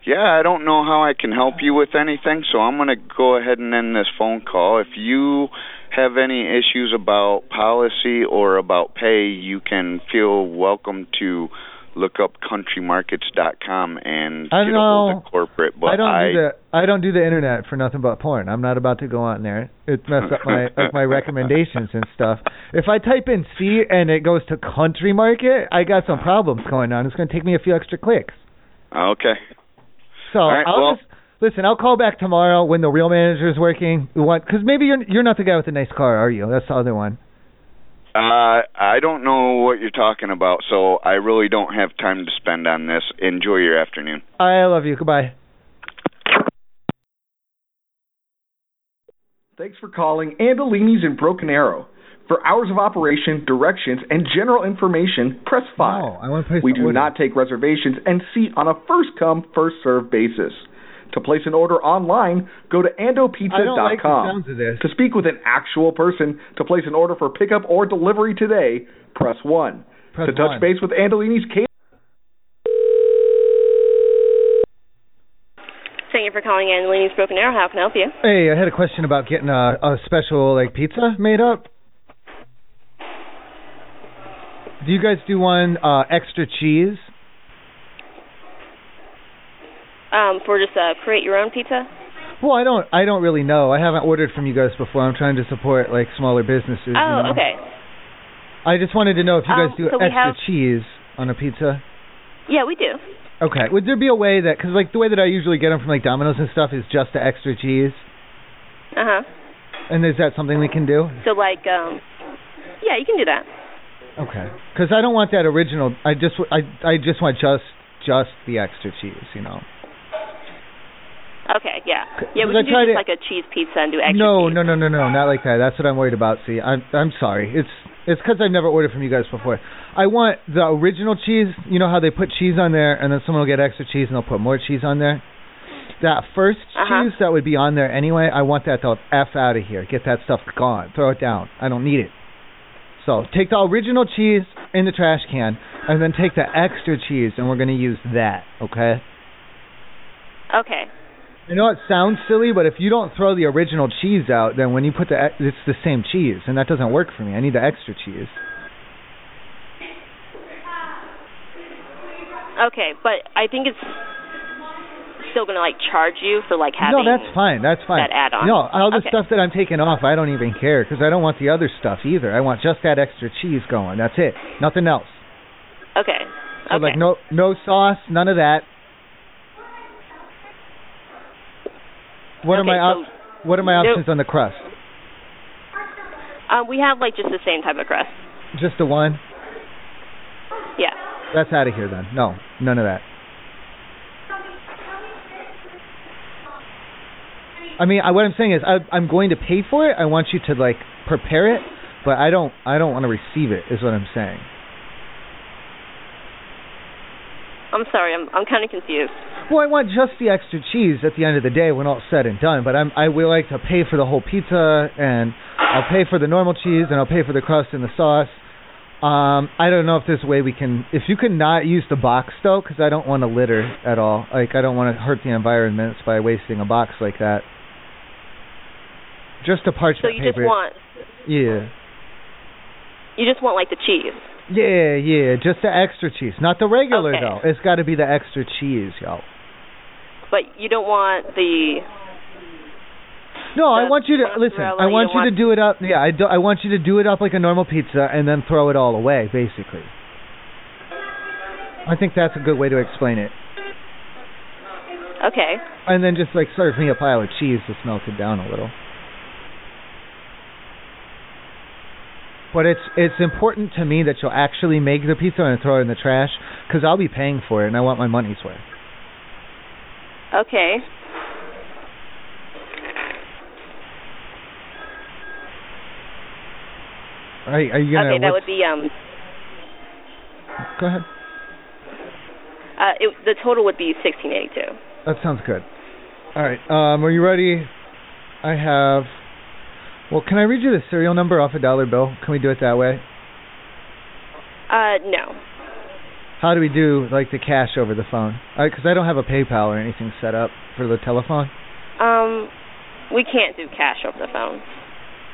yeah, I don't know how I can help you with anything, so I'm going to go ahead and end this phone call. If you have any issues about policy or about pay, you can feel welcome to look up countrymarkets.com and
I
get a
know.
hold of corporate. But
I don't do the I don't do the internet for nothing but porn. I'm not about to go on there. It messed up my like my recommendations and stuff. If I type in C and it goes to country market, I got some problems going on. It's going to take me a few extra clicks.
Okay.
So
All right,
I'll
well-
just listen. I'll call back tomorrow when the real manager's working. Because maybe you're you're not the guy with the nice car, are you? That's the other one.
Uh, I don't know what you're talking about, so I really don't have time to spend on this. Enjoy your afternoon.
I love you. Goodbye.
Thanks for calling Andolini's in Broken Arrow. For hours of operation, directions, and general information, press 5.
Oh, I want to place
we
an
do
order.
not take reservations and seat on a first come, first served basis. To place an order online, go to
I don't like the
andopizza.com.
sounds of this.
to speak with an actual person to place an order for pickup or delivery today, press 1.
Press
to touch
one.
base with Andolini's case.
Thank you for calling Angelini's Broken Arrow. How can I help you?
Hey, I had a question about getting a, a special like pizza made up. Do you guys do one uh, extra cheese?
Um, for just uh, create your own pizza.
Well, I don't. I don't really know. I haven't ordered from you guys before. I'm trying to support like smaller businesses. you
Oh,
know?
okay.
I just wanted to know if you guys
Um,
do
so we
extra
have-
cheese on a pizza.
Yeah, we do.
Okay. Would there be a way that because like the way that I usually get them from like Domino's and stuff is just the extra cheese?
Uh huh.
And is that something we can do?
So like, um, yeah, you can do that.
Okay. Because I don't want that original. I just w- I I just want just just the extra cheese. You know.
Okay, yeah, yeah, we
because I
can do
tried
just
it-
like a cheese pizza and do extra.
no, no, no, no, no, not like that. That's what I'm worried about. See, I'm I'm sorry. It's it's because I've never ordered from you guys before. I want the original cheese. You know how they put cheese on there, and then someone will get extra cheese, and they'll put more cheese on there. That 1st
Uh-huh.
cheese that would be on there anyway, I want that to f out of here. Get that stuff gone. Throw it down. I don't need it. So take the original cheese in the trash can, and then take the extra cheese, and we're gonna use that. Okay.
Okay,
I know it sounds silly, but if you don't throw the original cheese out, then when you put the ex- it's the same cheese, and that doesn't work for me. I need the extra cheese.
okay, but I think it's still going to like charge you for like having
No, that's fine. That's fine.
that add-on.
No, all the
Okay.
stuff that I'm taking off, I don't even care because I don't want the other stuff either. I want just that extra cheese going. That's it. Nothing else.
Okay.
So like no no sauce, none of that. What are
Okay,
my
so-
op- what are my
no-
options on the crust?
Um, we have like just the same type of crust.
Just the one?
Yeah.
That's out of here then. No, none of that. I mean, I, what I'm saying is, I, I'm going to pay for it. I want you to like prepare it, but I don't. I don't want to receive it. Is what I'm saying.
I'm sorry. I'm I'm kind of confused.
Well, I want just the extra cheese at the end of the day when all's said and done, but I'm, I would like to pay for the whole pizza, and I'll pay for the normal cheese, and I'll pay for the crust and the sauce. Um, I don't know if there's a way we can, if you can not use the box though, because I don't want to litter at all. Like, I don't want to hurt the environment by wasting a box like that. Just the parchment
So you just
paper.
want
yeah.
you just want like the cheese.
Yeah, yeah, just the extra cheese. Not the regular
Okay.
though. It's got to be the extra cheese, y'all.
But you don't want the.
No, I want you to listen.
mozzarella,
I
you
want you
don't
to do it up. Yeah, I do, I want you to do it up like a normal pizza and then throw it all away, basically. I think that's a good way to explain it.
Okay.
And then just like serve me a pile of cheese that's melted down a little. But it's it's important to me that you'll actually make the pizza and throw it in the trash because I'll be paying for it and I want my money's worth.
Okay.
All right, are you gonna?
okay, that
what's-
would be um.
Go ahead.
Uh, it, the total would be 1682.
That sounds good. All right. Um, are you ready? I have. Well, can I read you the serial number off a dollar bill? Can we do it that way?
Uh, no.
How do we do like the cash over the phone? Because I don't have a PayPal or anything set up for the telephone.
Um, we can't do cash over the phone.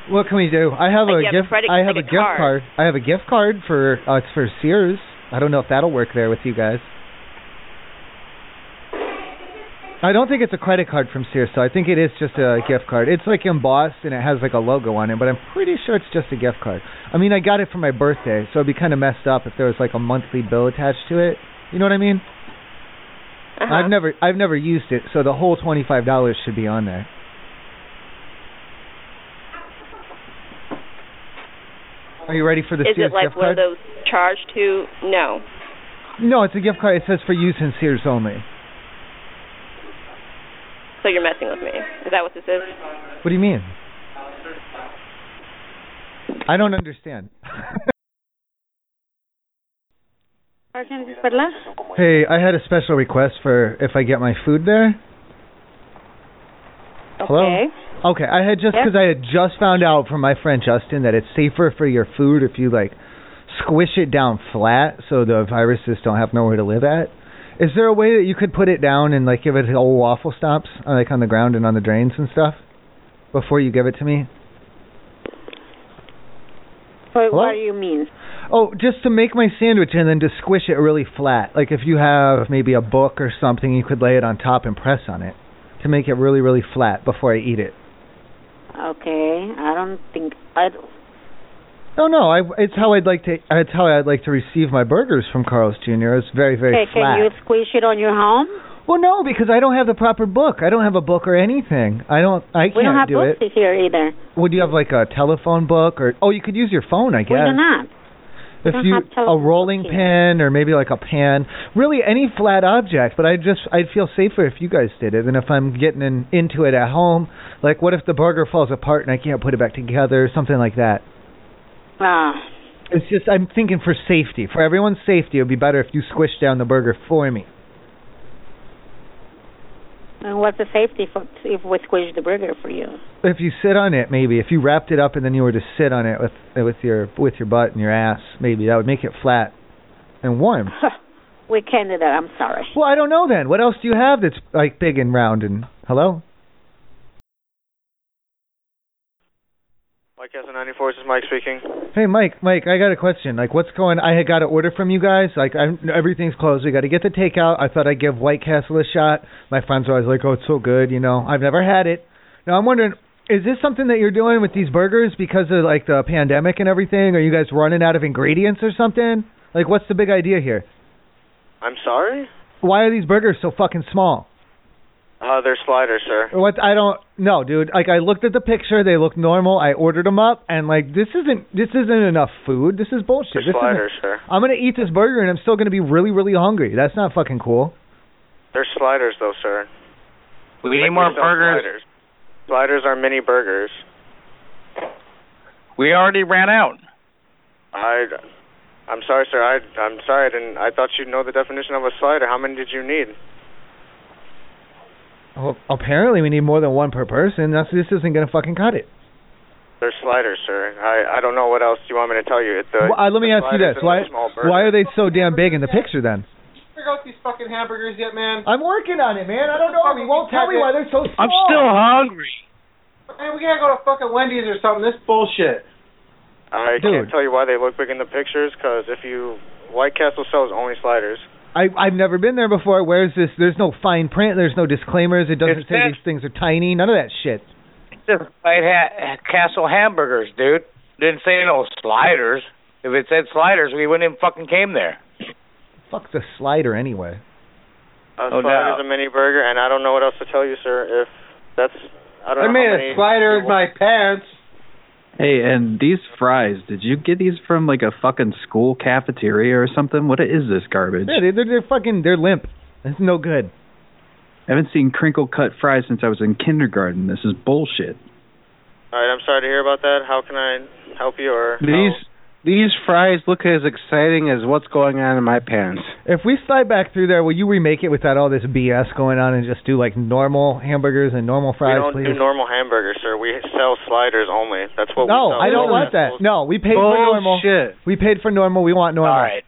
What can we do? I have
Like,
a
you have a
gift.
credit-
I have
like
a
a
gift
card.
card. I have a gift card for. Uh, it's for Sears. I don't know if that'll work there with you guys. I don't think it's a credit card from Sears, so I think it is just a gift card. It's like embossed and it has like a logo on it, but I'm pretty sure it's just a gift card. I mean, I got it for my birthday, so it'd be kind of messed up if there was like a monthly bill attached to it. You know what I mean?
Uh-huh.
I've never I've never used it, so the whole twenty five dollars should be on there. Are you ready for the
Is
Sears
it like
gift
one
card?
of those charged to? No.
No, it's a gift card. It says for use in Sears only.
So you're messing with me. Is that what this is?
What do you mean? I don't understand.
¿Alguien parla?
hey, I had a special request for if I get my food there. Hello?
Okay.
Okay, I had just
Yeah.
because I had just found out from my friend Justin that it's safer for your food if you like squish it down flat so the viruses don't have nowhere to live at. Is there a way that you could put it down and like give it old waffle stops, uh, like on the ground and on the drains and stuff, before you give it to me?
But
Hello?
what do you mean?
Oh, just to make my sandwich and then to squish it really flat. Like if you have maybe a book or something, you could lay it on top and press on it to make it really, really flat before I eat it.
Okay, I don't think I. don't-
No, no. I, it's how I'd like to. It's how I'd like to receive my burgers from Carl's Jr. It's very, very
Okay,
flat.
can you squish it on your home?
well, no, because I don't have the proper book. I don't have a book or anything. I don't. I can't
we don't have
do
books
it.
here either.
Would you have like a telephone book or? Oh, you could use your phone, I guess.
We do not.
If
don't
you
have
a rolling pin or maybe like a pan, really any flat object. But I just I'd feel safer if you guys did it than if I'm getting in, into it at home. Like, what if the burger falls apart and I can't put it back together or something like that?
Ah,
It's just I'm thinking for safety, for everyone's safety. It would be better if you squished down the burger for me.
and what's the safety for if we squish the burger for you?
If you sit on it, maybe if you wrapped it up and then you were to sit on it with with your with your butt and your ass, maybe that would make it flat and warm.
We can't do that. I'm (laughs) sorry.
well, I don't know then. What else do you have that's like big and round and hello?
Podcast 94, this is Mike speaking.
Hey, Mike, Mike, I got a question. Like, what's going? I had got an order from you guys. Like, I'm, everything's closed. We got to get the takeout. I thought I'd give White Castle a shot. My friends are always like, "Oh, it's so good," you know. I've never had it. Now I'm wondering, is this something that you're doing with these burgers because of like the pandemic and everything? Are you guys running out of ingredients or something? Like, what's the big idea here?
I'm sorry?
Why are these burgers so fucking small?
Uh, they're sliders, sir.
Or What I don't know, dude. Like I looked at the picture, they looked normal. I ordered them up, and like this isn't this isn't enough food. This is bullshit. This
They're sliders,
isn't-
sir.
I'm gonna eat this burger, and I'm still gonna be really really hungry. That's not fucking cool.
They're sliders, though, sir.
We
Like,
need more
sell
burgers.
Sliders. sliders are mini burgers.
We already ran out.
I, I'm sorry, sir. I, I'm sorry. I didn't. I thought you'd know the definition of a slider. How many did you need?
Well, Oh, apparently we need more than one per person. That's this isn't gonna fucking cut it.
They're sliders, sir. I, I don't know what else you want me to tell you. It's a,
Well, uh, let me
the
ask you
sliders
this:
is a
why
small burger.
why are they so damn big in the picture then?
Figure out these fucking hamburgers yet, man.
I'm working on it, man. I don't know. You won't tell me why they're so small.
I'm still
hungry.
Man, we gotta go to fucking Wendy's or something. This bullshit.
I
Dude.
can't tell you why they look big in the pictures, 'cause if you White Castle sells only sliders.
I I've never been there before. Where's this? There's no fine print. There's no disclaimers. It doesn't
It's
say
that-
these things are tiny. None of that shit.
Just White ha- Castle hamburgers, dude. Didn't say no sliders. If it said sliders, we wouldn't even fucking came there.
Fuck the slider anyway.
A
Oh,
slider
no.
is a mini burger, and I don't know what else to tell you, sir. If that's I don't know. how many-
my pants.
Hey, and these fries, did you get these from like a fucking school cafeteria or something? What is this garbage?
Yeah, they- they're, they're fucking they're limp. It's no good.
I haven't seen crinkle cut fries since I was in kindergarten. This is bullshit.
All right, I'm sorry to hear about that. How can I help you? Or
These these fries look as exciting as what's going on in my pants.
If we slide back through there, will you remake it without all this BS going on and just do like normal hamburgers and normal
we
fries,
don't
please?
do normal hamburgers, sir. We sell sliders only. That's what we
no,
sell.
Oh, I don't
White
want that.
Castles.
No, we paid for normal. We paid for normal. We want normal. All right.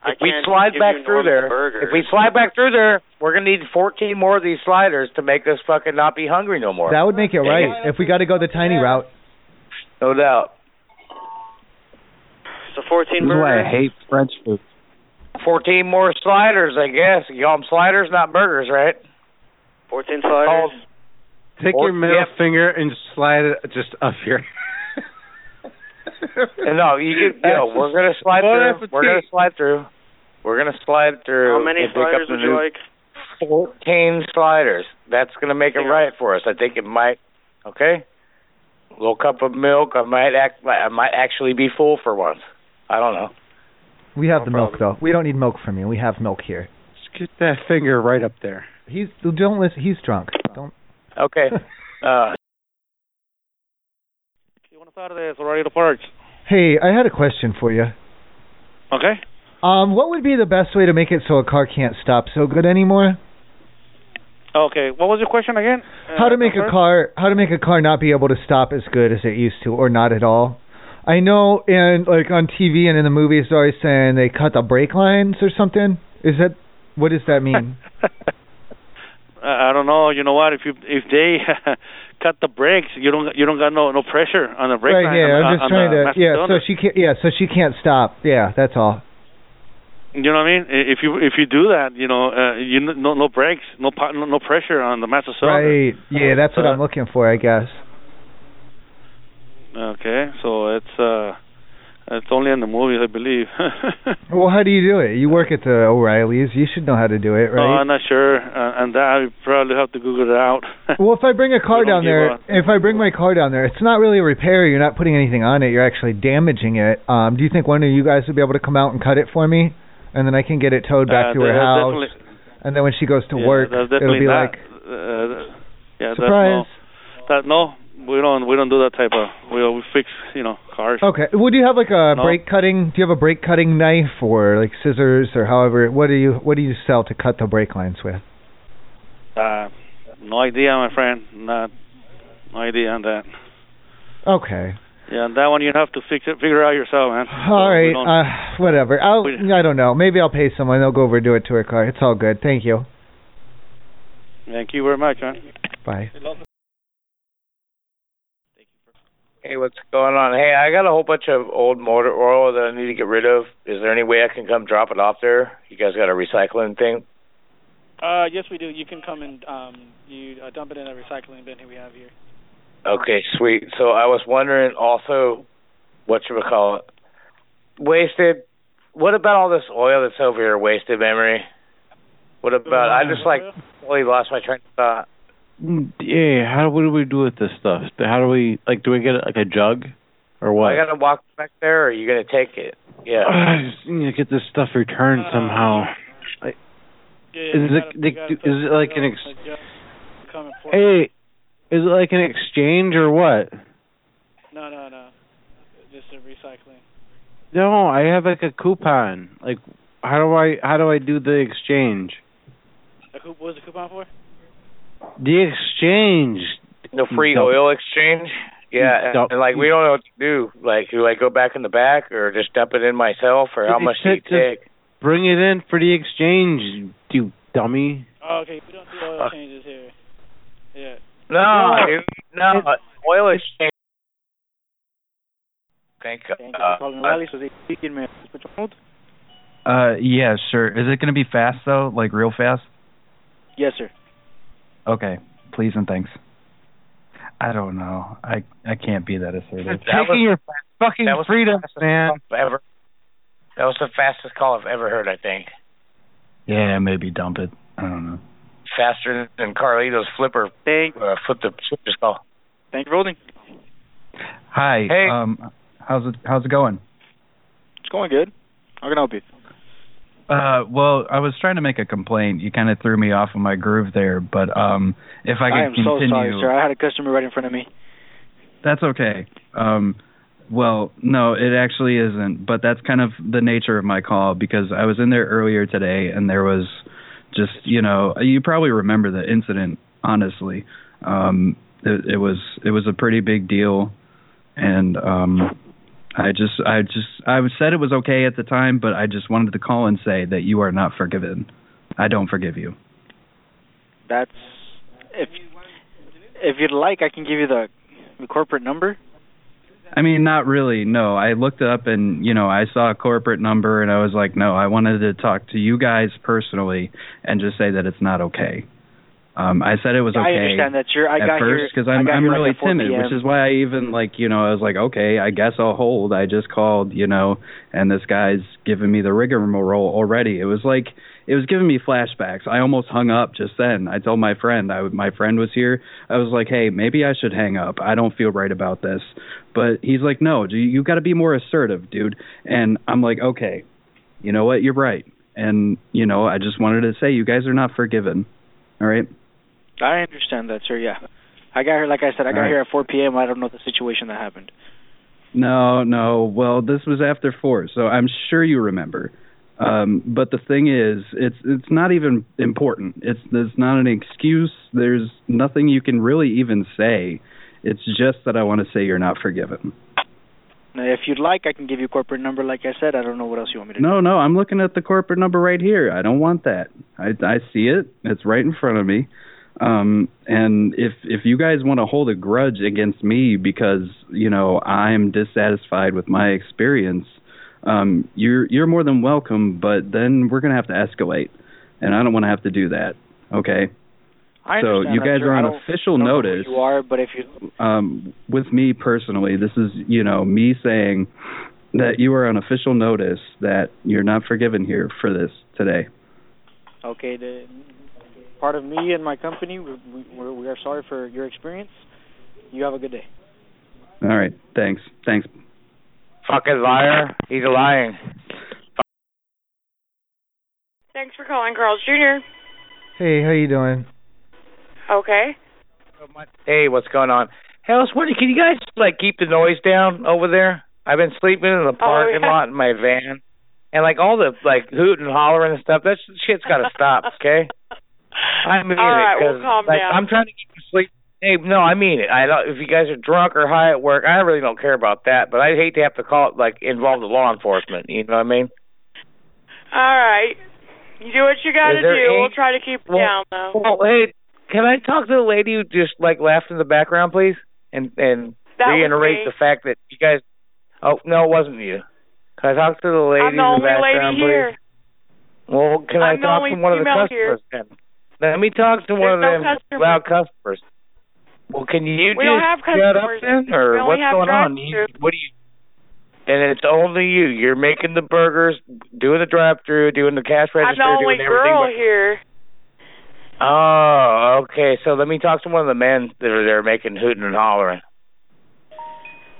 I
If we
can't
slide
give
back
you
through
normal
there,
burgers.
if we slide back through there, we're gonna need 14 more of these sliders to make us fucking not be hungry no more.
That would make it
Dang
right if we got to go the tiny route.
No doubt.
So 14
This is why I hate French food.
14 more sliders, I guess. You call them sliders, not burgers, right?
14 sliders.
Take
Or-
your middle
yep.
finger and slide it just up here.
no, you get. You know, we're gonna slide
Bon
through.
appetit.
We're gonna slide through. We're gonna slide through.
How many
and pick up
sliders
the
would you
new
like?
14 sliders. That's going to make it right for us. I think it might. Okay. A little cup of milk. I might act. I might actually be full for once. I don't know.
We have the milk though. We don't need milk from you. We have milk here.
Get that finger right up there.
He's don't listen. He's drunk. Don't. (laughs)
Okay. uh,
Buenas tardes, Laredo Parks.
Hey, I had a question for you.
Okay.
Um, what would be the best way to make it so a car can't stop so good anymore?
Okay. What was your question again? Uh,
How to make
uh-huh.
a car? How to make a car not be able to stop as good as it used to, or not at all? I know, and like on TV and in the movies, they're always saying they cut the brake lines or something. Is that what does that mean?
uh, I I don't know. You know what? If you if they (laughs) cut the brakes, you don't you don't got no no pressure on the (laughs) brake
right?
line.
Yeah,
on,
I'm
on-
just
on
trying
the
to.
master
Yeah, so
cylinder.
she can't. Yeah, so she can't stop. Yeah, that's all.
You know what I mean? I- If you if you do that, you know, uh, you n- no no brakes, no pa- no no pressure on the master cylinder. Uh-huh.
Right. Yeah, that's what I'm looking for, I guess.
Okay. So it's uh, it's only in the movies, I believe. (laughs)
Well, how do you do it? You work at the O'Reillys. You should know how to do it,
No, Oh,
right?
I'm not sure, uh, and that I probably have to Google it out.
(laughs) well, if I bring a car
We (laughs) don't
down there,
give
if I bring my car down there, it's not really a repair. You're not putting anything on it. You're actually damaging it. Um, do you think one of you guys would be able to come out and cut it for me, and then I can get it towed
Uh,
back to her
that's
house,
definitely-
and then when she goes to
Yeah,
work,
that's
it'll
definitely
be
not,
like
uh, yeah, that's
surprise.
no- that no, we don't we don't do that type of we we fix you know cars.
Okay. Well, do you have like a
No.
brake cutting? Do you have a brake cutting knife or like scissors or however? What do you What do you sell to cut the brake lines with?
Uh, no idea, my friend. Not no idea on that.
Okay.
Yeah, and that one you have to fix it, figure out yourself, man.
All right.
don't-
Uh, whatever. I'll. I don't know. Maybe I'll pay someone. They'll go over and do it to her car. It's all good. Thank you.
Thank you very much, man.
Bye.
Hey, what's going on? Hey, I got a whole bunch of old motor oil that I need to get rid of. Is there any way I can come drop it off there? You guys got a recycling thing?
Uh, yes, we do. You can come and um, you uh, dump it in a recycling bin here we have here.
Okay, sweet. So I was wondering also, what should we call it? Wasted. What about all this oil that's over here? Wasted memory. What about? I just like totally lost my train of thought.
Mm, Yeah, how what do we do with this stuff? How do we like? Do we get like a jug, or what?
I gotta walk back there, or are you gonna take it? Yeah.
(sighs)
Uh,
I just need to get this stuff returned somehow. I, is it
gotta-
they-
you gotta
is it like an ex-
Like, yeah, Uh, come and pour-
hey? Is it like an exchange or what?
No, no, no. Just a recycling.
No, I have like a coupon. Like, how do I how do I do the exchange?
A coup- what was the coupon for?
The exchange.
The free
Dump-
oil exchange. Yeah,
Dump-
and, and, like we don't know what to do. Like, do I go back in the back, or just dump it in myself, or how
It
much do you
said to-
take?
Bring it in for the exchange, you dummy.
Oh, okay. We don't do oil
Uh,
changes here. Yeah.
No, dude, no, uh, oil exchange. Thank uh,
Uh, yeah, sure. Is it going to be fast though, like real fast?
Yes, sir.
Okay, please and thanks. I don't know. I I can't be that assertive.
was-
taking your fucking
that was the
freedoms,
fastest
man.
call Ever. That was the fastest call I've ever heard. I think
Yeah, maybe dump it. I don't know.
faster than Carlito's flipper. Thank. Uh, flip the flipper's call.
Thank you for holding.
Hi.
Hey.
Um, how's it How's it going?
It's going good. How can I help you?
Uh, well, I was trying to make a complaint. You kind of threw me off of my groove there, but um, if I could
am
continue.
so sorry, sir. I had a customer right in front of me.
That's okay. Um, well, no, it actually isn't, but that's kind of the nature of my call because I was in there earlier today and there was just, you know, you probably remember the incident, honestly. Um, it, it was it was a pretty big deal and um I just I just I said it was okay at the time, but I just wanted to call and say that you are not forgiven. I don't forgive you.
That's if if you'd like, I can give you the, the corporate number.
I mean, not really. No, I looked up and you know I saw a corporate number and I was like, no, I wanted to talk to you guys personally and just say that it's not okay. Um, I said it was
I
okay.
understand that, sir. I
at
got
first
here-
because I'm
I got
I'm
here, like,
really
at 4
timid,
PM.
which is why I even like you know I was like, okay, I guess I'll hold. I just called, you know, and this guy's giving me the rigmarole already. It was like it was giving me flashbacks. I almost hung up just then. I told my friend, I my friend was here. I was like, "Hey, maybe I should hang up. I don't feel right about this." But he's like, "No, you, you got to be more assertive, dude." And I'm like, "Okay. You know what? You're right." And, you know, I just wanted to say you guys are not forgiven. All right?
I understand that, sir. Yeah, I got here. Like I said, I got
Alright.
here at 4 p.m. I don't know the situation that happened.
No, no. Well, this was after 4, so I'm sure you remember. Um, but the thing is, it's it's not even important. It's there's not an excuse. There's nothing you can really even say. It's just that I want to say you're not forgiven.
Now, if you'd like, I can give you corporate number. Like I said, I don't know what else you want me to.
No, no, I'm looking at the corporate number right here. I don't want that. I I see it. It's right in front of me. Um and if if you guys want to hold a grudge against me because, you know, I'm dissatisfied with my experience, um you're you're more than welcome, but then we're going to have to escalate. And I don't want to have to do that. Okay?
I
so
understand
you
that,
guys
sir.
are
I
on
don't-
official
I don't know who
notice
You are, but if you
um, with me personally, this is you know me saying that you are on official notice that you're not forgiven here for this today.
okay, the part of me and my company, we, we, we're- we are sorry for your experience. You have a good day.
All right, thanks, thanks.
Fucking liar. He's lying.
Thanks for calling Carl's Jr.
Hey, how you doing?
Okay.
Hey, what's going on? Hey, I was wondering, can you guys like keep the noise down over there? I've been sleeping in the
Oh,
parking lot in my van, and like all the like hoot and hollering and stuff. That shit's got to
(laughs)
stop, okay? I mean
All
it,
right, well,
'cause,
calm
like,
down.
I'm trying to get to sleep. Hey, no, I mean it. I don't. If you guys are drunk or high at work, I really don't care about that. But I hate to have to call it like involve the law enforcement. You know what I mean?
All right. You do what you got
Is
to
there
do.
any-
We'll try to keep it
Well-
down, though.
Well, hey, can I talk to the lady who just like laughed in the background, please? And and
That was
reiterate
me.
the fact that you guys. Oh no, it wasn't you. Can I talk to the lady
I'm the
in
only
the background,
lady here.
please? Well, can I
I'm the
talk
only
to one of the
female
customers
here.
then? Let me talk to one of
There's
them
no customers.
loud customers. Well, can you
We don't
just
have
shut up
customers.
then,
We
or
only
what's
have
going on?
drive-thru.
You, what do you? And it's only you. You're making the burgers, doing the drive-through, doing the cash
I'm
register,
the only
doing everything.
girl
but-
here.
Oh, okay. So let me talk to one of the men that are there making hooting and hollering.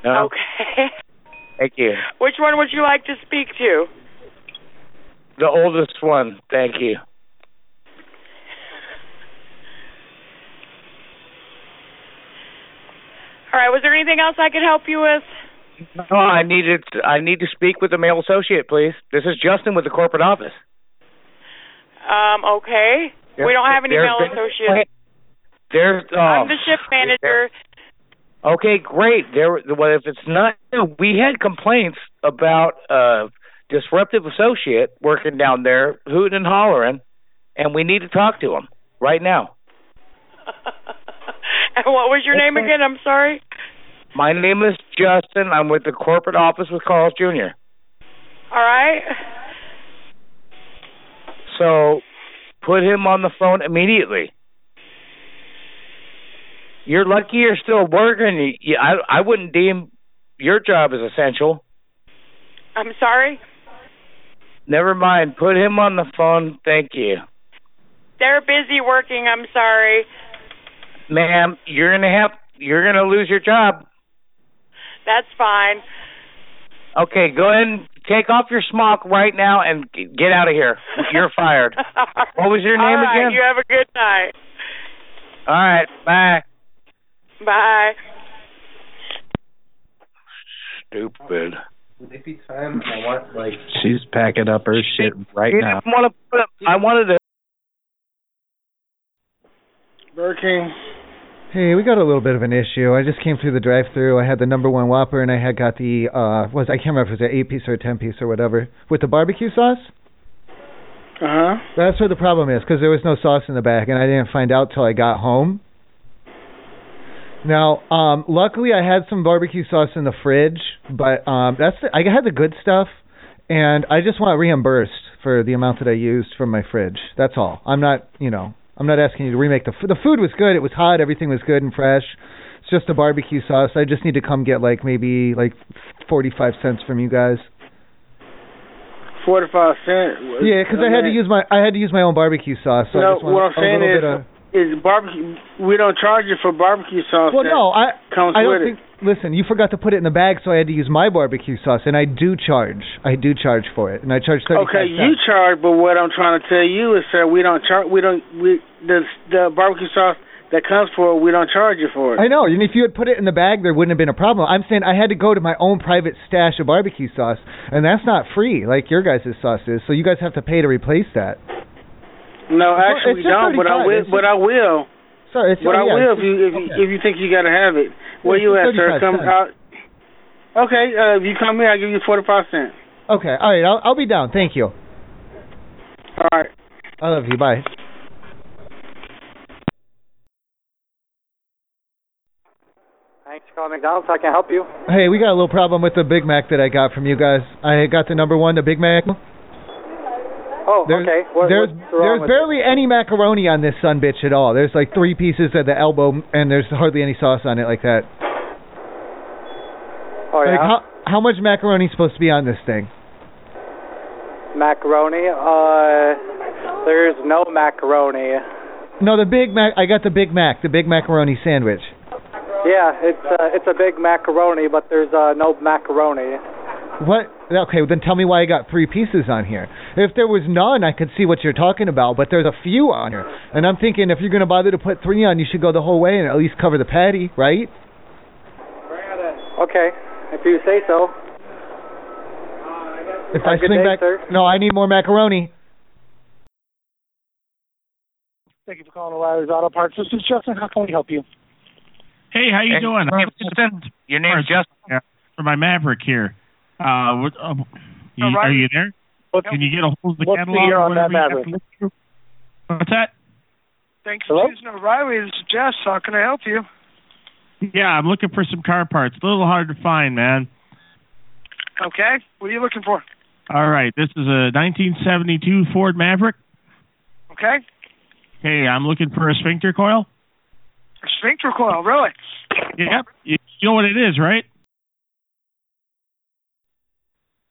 No?
Okay. (laughs)
Thank you.
Which one would you like to speak to?
The oldest one. Thank you.
All right. Was there anything else I could help you with?
No, I needed. I need to speak with the male associate, please. This is Justin with the corporate office.
Um. Okay. we don't have any
There's
male
been-
associates.
There's. Oh,
I'm the ship manager.
Okay, great. There. Well, if it's not, we had complaints about uh disruptive associate working down there, hooting and hollering, and we need to talk to him right now.
And (laughs) what was your name again? I'm sorry.
My name is Justin. I'm with the corporate office with Carl's Jr.
All right. (laughs)
So put him on the phone immediately. You're lucky you're still working. You- you- I I wouldn't deem your job as essential.
I'm sorry.
Never mind. Put him on the phone. Thank you,
They're busy working. I'm sorry.
ma'am. You're gonna have you're gonna lose your job.
That's fine.
Okay, go ahead and take off your smock right now and g- get out of here. You're
(laughs)
fired. What was your
All
name
right,
again?
You have a good night.
All right, bye.
Bye.
Stupid.
Sleepy time. I want like
She's packing up her shit right
You
now.
want to put up, I wanted to.
Burger King.
Hey, we got a little bit of an issue. I just came through the drive-through. I had the number one Whopper, and I had got the uh, was I can't remember if it was an eight-piece or a ten-piece or whatever with the barbecue sauce.
Uh huh.
That's where the problem is, because there was no sauce in the bag, and I didn't find out till I got home. Now, um, luckily, I had some barbecue sauce in the fridge, but um, that's the, I had the good stuff, and I just want reimbursed for the amount that I used from my fridge. That's all. I'm not, you know, I'm not asking you to remake the food. The food was good. It was hot. Everything was good and fresh. It's just the barbecue sauce. I just need to come get like maybe like 45 cents from you guys.
Four to five cent. was-
Yeah, 'cause I had to
mean,
use my I had to use my own barbecue sauce. So I
No,
just want
what I'm
a
saying
little
is,
bit of,
is barbecue. We don't charge you for barbecue sauce.
Well,
that
no, I
comes
I don't
with
think. Listen, you forgot to put it in the bag, so I had to use my barbecue sauce, and I do charge. I do charge for it, and I
it.
charge thirty.
Okay, you charge, but what I'm trying to tell you is, sir, we don't charge. We don't. We the the barbecue sauce that comes for it, we don't charge you for it.
I know, and if you had put it in the bag, there wouldn't have been a problem. I'm saying I had to go to my own private stash of barbecue sauce, and that's not free like your guys' sauce is. So you guys have to pay to replace that.
No,
Well,
actually, we
it's just
don't. But I
35,
will.
it's
But
just-
I will.
Sorry, it's
But I
yeah,
will
it's
if you if, you if you think you gotta have it. Where
Yeah,
you at,
it's
sir?
35
Come
cents.
out. Okay, uh, if you come here, I'll give you forty five cents.
Okay, all right, I'll I'll be down. Thank you.
All right.
I love you. Bye.
Thanks for calling McDonald's. How can I help you?
Hey, we got a little problem with the Big Mac that I got from you guys. I got the number one, the Big Mac.
Oh,
There's-
okay. What,
there's
what's wrong
there's
with
barely any macaroni on this son bitch at all. There's like three pieces at the elbow, and there's hardly any sauce on it like that.
Oh, yeah?
Like how how much macaroni is supposed to be on this thing?
macaroni? Uh, there's no macaroni.
No, the Big Mac. I got the Big Mac, the Big Macaroni sandwich.
Yeah, it's uh, it's a big macaroni, but there's uh, no macaroni.
What? Okay, then tell me why I got three pieces on here. If there was none, I could see what you're talking about, but there's a few on here, and I'm thinking if you're gonna bother to put three on, you should go the whole way and at least cover the patty, right?
Okay, if you say so. Have
If
a
I
good
swing
day,
back,
sir.
no, I need more macaroni.
Thank you for calling O'Reilly's Auto Parts. This is Justin. How can we help you?
Hey, how you
Hey,
doing?
hey,
Your name's Justin. For my Maverick here. Uh, what, uh, you- are you there? Can you get a hold of the
What's the
catalog?
year
or
on that
whatever you have
Maverick?
to look through?
uh,
What's that?
Thanks
Hello?
for choosing O'Reilly. This is Jess. How can I help you?
Yeah, I'm looking for some car parts. A little hard to find, man.
Okay. What are you looking for?
All right, this is a 1972 Ford Maverick.
Okay.
Hey, I'm looking for a sphincter coil.
A sphincter coil, really?
Yep. You you know what it is, right?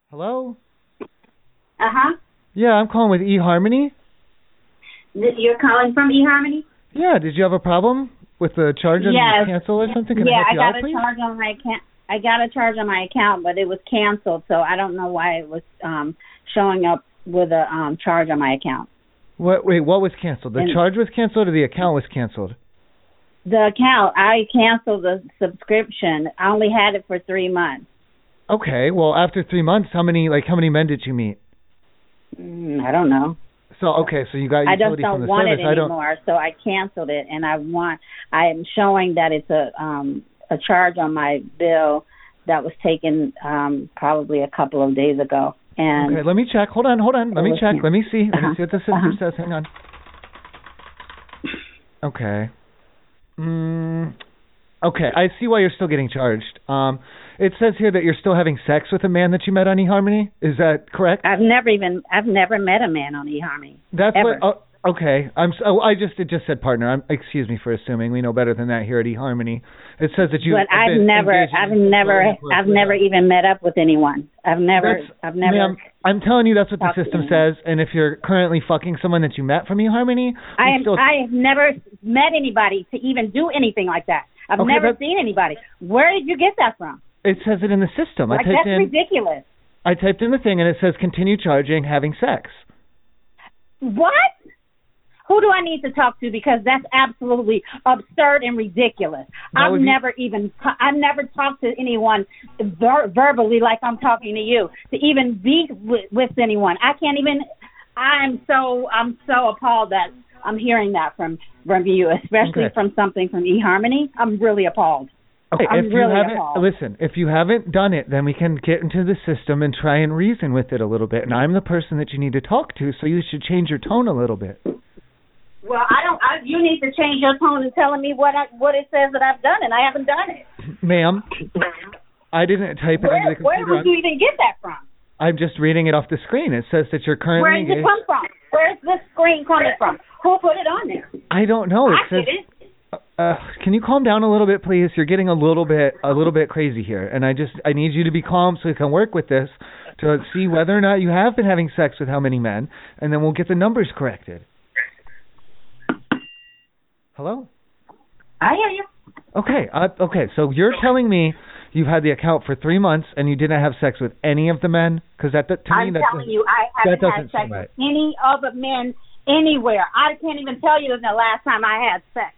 Hello?
Uh huh.
Yeah, I'm calling with eHarmony.
You're calling from eHarmony?
Yeah, did you have a problem with the charge on
Yes.
the cancel or something? Can
yeah,
I help
I
you
got
out,
a
please?
charge on my account. I got a charge on my account, but it was canceled, so I don't know why it was um showing up with a um charge on my account.
What, wait, what was canceled? The
And-
charge was canceled or the account was canceled?
The account I canceled the subscription. I only had it for three months.
Okay, well, after three months, how many like how many men did you meet?
Mm, I don't know.
So okay, so you got
I just
utility from
don't
the
want
service.
it
I don't.
anymore, so I canceled it, and I want. I am showing that it's a um a charge on my bill that was taken um probably a couple of days ago, and Uh-huh.
Okay, let me check. Hold on, hold on. Let me check. Let me see. Let me see what the system says. Hang on. Okay. Mm, okay, I see why you're still getting charged. Um, it says here that you're still having sex with a man that you met on eHarmony. Is that correct?
I've never even I've never met a man on eHarmony.
That's
ever.
what. Oh, okay, I'm. s- Oh, I just it just said partner. I'm, excuse me for assuming. We know better than that here at eHarmony. It says that you.
but
have
I've
been
never
engaged in
I've
sexual
never
intercourse
I've
with
never even met up with anyone. I've never
That's-
I've never
Ma'am, I'm telling you that's what the
Talk to
system
me.
says. And if you're currently fucking someone that you met from eHarmony,
I
we
am
still,
I have never met anybody to even do anything like that. I've
Okay,
never
but-
seen anybody. Where did you get that from?
it says it in the system. I
Like
typed
that's
in
ridiculous.
I typed in the thing and it says continue charging having sex.
What? Who do I need to talk to? Because that's absolutely absurd and ridiculous.
That
I've
would be-
never even I've never talked to anyone ver- verbally like I'm talking to you to even be with, with anyone. I can't even. I'm so I'm so appalled that I'm hearing that from from you, especially
Okay.
from something from eHarmony. I'm really appalled.
Okay,
Oh, I'm
if
really
you haven't
appalled.
listen, if you haven't done it, then we can get into the system and try and reason with it a little bit. And I'm the person that you need to talk to, so you should change your tone a little bit.
Well, I don't. I, you need to change your tone and telling me what I, what it says that I've done, and I haven't done it.
Ma'am, I didn't type it into
Where,
the
where
computer.
would you even get that from?
I'm just reading it off the screen. It says that you're currently
Where did it
engaged-
come from? Where's this screen coming from? Who put it on there?
I don't know. It
I
says
didn't.
Uh, can you calm down a little bit, please? You're getting a little bit a little bit crazy here, and I just I need you to be calm so we can work with this to see whether or not you have been having sex with how many men, and then we'll get the numbers corrected. Hello.
I hear you.
Okay. Uh, okay. So you're telling me you've had the account for three months and you didn't have sex with any of the men? Because that, that to
I'm
me
telling
that's
you, I
that
haven't
doesn't
had
seem
sex
right.
with any other men anywhere. I can't even tell you the last time I had sex.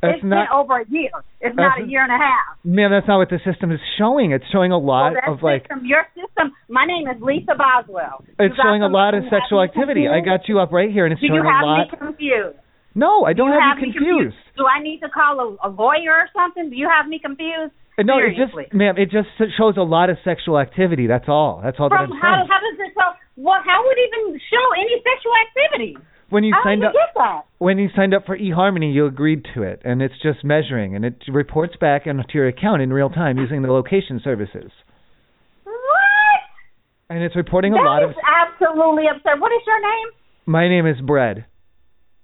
that's
it's
not
been over a year. It's
that's
not a
n-
year and a half. Oh,
man. That's not what the system is showing. It's showing a
Well,
lot
that
of like
system, your system. My name is Lisa Boswell. You
It's
got
showing a
some-
lot of
you have
sexual
me
activity. I
confused?
got you up right here, and it's
Do you
showing a
have me
lot.
confused?
No, I don't
Do you
have
have me
you confused.
Do I need to call a, a lawyer or something? Do you have me confused?
Uh, No, it just,
Seriously.
ma'am, it just s- shows a lot of sexual activity. That's all. That's all
From
that I'm
how
saying.
how does it show? Well, how would it even show any sexual activity?
When you
I don't
signed
even
up,
get Oh, that.
when you signed up for eHarmony, you agreed to it, and it's just measuring, and it reports back into your account in real time using the location services,
What?
and it's reporting
That
a lot of.
is absolutely absurd. What is your name?
My name is Bread.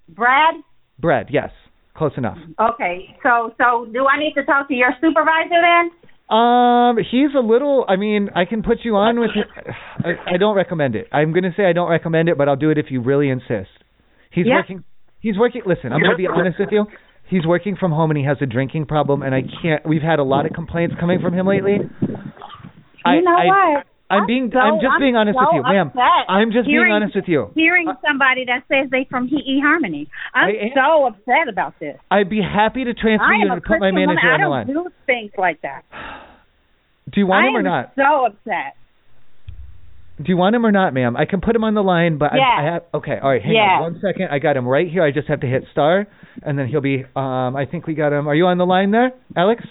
Brad.
Bread. Yes, close enough.
Okay, so so do I need to talk to your supervisor then?
Um, he's a little. I mean, I can put you on with. I, I don't recommend it. I'm gonna say I don't recommend it, but I'll do it if you really insist. He's
Yeah.
working. He's working. Listen, I'm gonna be honest with you. He's working from home and he has a drinking problem, and I can't. We've had a lot of complaints coming from him lately. I,
you know
I,
what?
I'm being. I'm just being honest
so
with you, ma'am.
upset
I'm just
hearing,
being honest with you.
Hearing somebody that says they from He Harmony, I'm
I am-
so upset about this.
I'd be happy to transfer
I
you
am a
and put my
Christian woman. I
manager on the
don't
line.
do things like that.
Do you want
I
him or
am
not?
So upset.
Do you want him or not, ma'am? I can put him on the line, but I, I
Yeah.
have okay. All right, hang
Yeah.
on one second. I got him right here. I just have to hit star, and then he'll be. Um, I think we got him. Are you on the line there, Alex?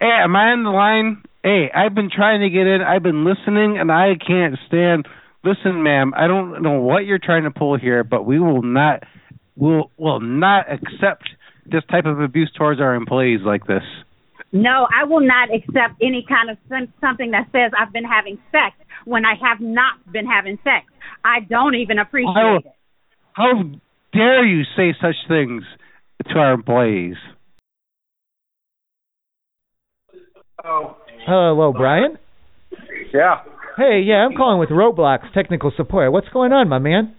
Hey, am I on the line? Hey, I've been trying to get in. I've been listening, and I can't stand. Listen, ma'am, I don't know what you're trying to pull here, but we will not, will will not accept this type of abuse towards our employees like this.
No, I will not accept any kind of some, something that says I've been having sex when I have not been having sex. I don't even appreciate
How,
it.
how dare you say such things to our employees?
Oh.
Hello, Brian.
Yeah.
Hey, yeah, I'm calling with Roblox technical support. What's going on, my man?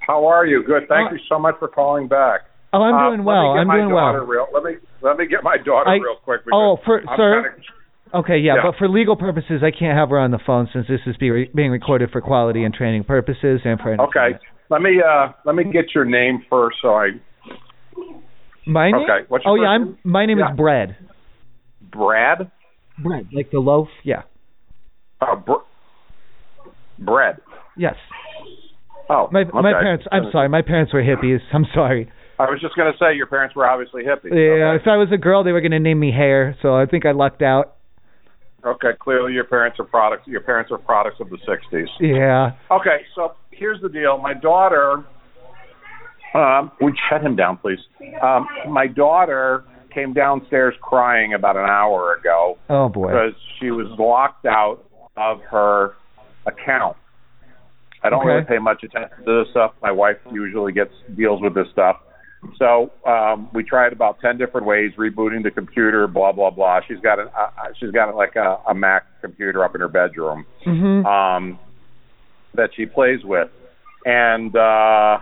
How are you? Good. Thank you so much for calling back.
Uh, Oh, I'm
Uh,
doing
Let
well.
me get
I'm
my
doing
daughter
well.
Real, let me let me get my daughter
I-
real quick.
oh,
because
for-
I'm
sir?
kinda-
Okay, yeah,
Yeah.
but for legal purposes, I can't have her on the phone since this is be being recorded for quality and training purposes and for
okay. Let me uh let me get your name first. So I
My name?
Okay, what's your
oh
first
yeah, I'm. My name
Yeah.
is Bread.
Brad.
Bread, like the loaf. Yeah.
Uh, Br- Brad.
Yes.
Oh,
My my
okay.
parents. I'm sorry. My parents were hippies. I'm sorry.
I was just gonna say your parents were obviously hippies.
Yeah. If I was a girl, they were gonna name me Hair. So I think I lucked out.
Okay, clearly your parents are products. Your parents are products of the '60s.
Yeah.
Okay, so here's the deal. My daughter, um, would you shut him down, please. Um, my daughter came downstairs crying about an hour ago
Oh boy.
because she was locked out of her account. I don't
Okay.
really pay much attention to this stuff. My wife usually gets deals with this stuff. So um, we tried about ten different ways, rebooting the computer, blah blah blah. She's got an uh, she's got like a, a Mac computer up in her bedroom
Mm-hmm.
um, that she plays with, and uh,